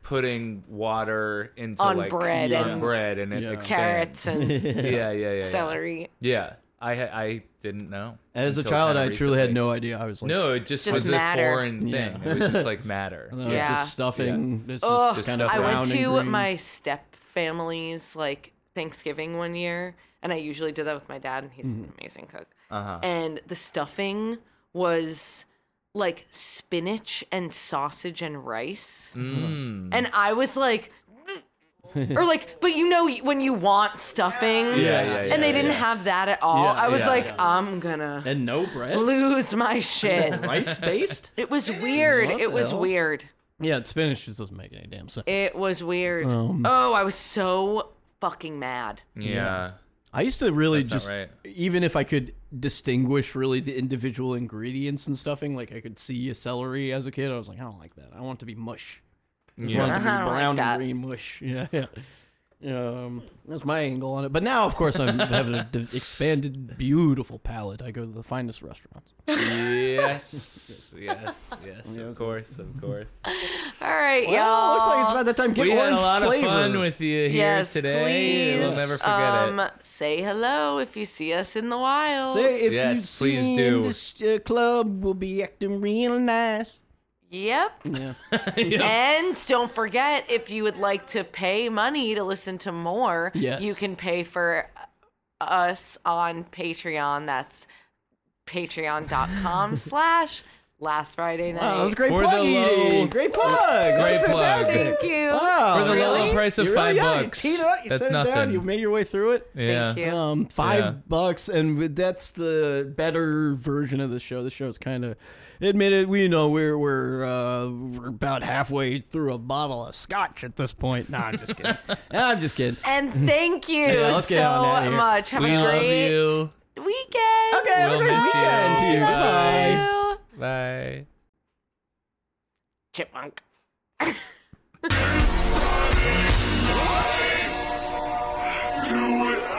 Speaker 1: putting water into
Speaker 3: On
Speaker 1: like,
Speaker 3: bread
Speaker 1: on
Speaker 3: and
Speaker 1: bread and it
Speaker 2: Yeah.
Speaker 1: expands.
Speaker 3: Carrots and
Speaker 1: Yeah, yeah, yeah. yeah.
Speaker 3: celery.
Speaker 1: Yeah, I ha- I didn't know.
Speaker 2: As a
Speaker 1: until
Speaker 2: child, I
Speaker 1: kinda
Speaker 2: truly had
Speaker 1: recently.
Speaker 2: no idea. I was like,
Speaker 1: No, it just, was
Speaker 3: Just matter.
Speaker 1: a foreign
Speaker 2: Yeah.
Speaker 1: thing. It was just like matter.
Speaker 2: no, it's
Speaker 3: Yeah. Oh.
Speaker 2: just stuffing. This is
Speaker 3: Ugh,
Speaker 1: Just
Speaker 2: kind of
Speaker 1: stuff
Speaker 3: I went
Speaker 2: brown and
Speaker 3: to
Speaker 2: green.
Speaker 3: my step family's like Thanksgiving one year, and I usually did that with my dad, and
Speaker 1: Mm-hmm.
Speaker 3: he's an amazing cook.
Speaker 1: Uh-huh.
Speaker 3: And the stuffing was like spinach and sausage and rice,
Speaker 1: Mm.
Speaker 3: and I was like. or like, but you know when you want stuffing,
Speaker 1: Yeah, yeah, yeah.
Speaker 3: and they didn't
Speaker 1: yeah.
Speaker 3: have that at all.
Speaker 2: Yeah,
Speaker 3: I was
Speaker 1: yeah,
Speaker 3: like,
Speaker 2: yeah.
Speaker 3: I'm gonna
Speaker 2: and no bread,
Speaker 3: lose my shit.
Speaker 2: rice based.
Speaker 3: It was weird.
Speaker 2: What the
Speaker 3: It was
Speaker 2: hell?
Speaker 3: weird.
Speaker 2: yeah, it's spinach just doesn't make any damn sense.
Speaker 3: It was weird.
Speaker 2: Um,
Speaker 3: oh, I was so fucking mad.
Speaker 1: Yeah.
Speaker 2: I used to really
Speaker 1: That's
Speaker 2: just,
Speaker 1: not
Speaker 2: even if I could distinguish really the individual ingredients and stuffing, like I could see a celery as a kid. I was like, I don't like that. I want it to be mush. I want it to be
Speaker 3: I don't Uh-huh. like
Speaker 2: brown
Speaker 3: that.
Speaker 2: and green mush. Yeah, yeah. Um, that's my angle on it. But now, of course, I'm having an expanded, beautiful palate. I go to the finest restaurants.
Speaker 1: yes. Yes. Yes. Of course. Of course.
Speaker 3: All right,
Speaker 2: Oh,
Speaker 3: y'all.
Speaker 2: looks like it's about that time. Get
Speaker 1: we had
Speaker 2: orange
Speaker 1: a lot
Speaker 2: flavor.
Speaker 1: of fun with you here
Speaker 3: yes,
Speaker 1: today.
Speaker 3: please.
Speaker 1: We'll never forget
Speaker 3: um,
Speaker 1: it.
Speaker 3: Say hello if you see us in the wild.
Speaker 2: Say if you
Speaker 1: Yes,
Speaker 2: see
Speaker 1: please
Speaker 2: me
Speaker 1: do.
Speaker 2: in this uh, club, we'll be acting real nice.
Speaker 3: Yep.
Speaker 2: Yeah.
Speaker 3: And don't forget, if you would like to pay money to listen to more,
Speaker 2: Yes.
Speaker 3: you can pay for us on Patreon. That's patreon.com slash last Friday night.
Speaker 2: Wow, Oh, that was a great
Speaker 1: For the
Speaker 2: plug, Edie.
Speaker 1: low-
Speaker 2: Great plug. Great that was
Speaker 1: plug.
Speaker 2: fantastic.
Speaker 3: Thank you.
Speaker 2: Wow.
Speaker 1: For the low
Speaker 3: Really?
Speaker 1: price of
Speaker 2: You
Speaker 1: five
Speaker 2: really, yeah,
Speaker 1: bucks.
Speaker 2: You teed it up. You
Speaker 1: that's
Speaker 2: set
Speaker 1: nothing.
Speaker 2: It down, you made your way through it.
Speaker 1: yeah.
Speaker 3: Thank you.
Speaker 2: Um, five
Speaker 1: Yeah.
Speaker 2: bucks, and with- that's the better version of the show. The show's kind of, admit it, we know we're we're, uh, we're about halfway through a bottle of scotch at this point. No, I'm just kidding. Nah, I'm just kidding.
Speaker 3: And thank you
Speaker 2: Yeah, let's get on outta
Speaker 3: so
Speaker 2: here.
Speaker 3: much. Have
Speaker 1: We
Speaker 3: a
Speaker 1: love
Speaker 3: great
Speaker 1: you.
Speaker 3: weekend.
Speaker 2: Okay, have a
Speaker 1: We'll
Speaker 2: great
Speaker 1: miss you.
Speaker 2: weekend to you.
Speaker 1: Love
Speaker 2: Goodbye.
Speaker 3: you.
Speaker 1: Bye.
Speaker 3: Chipmunk.
Speaker 6: Do it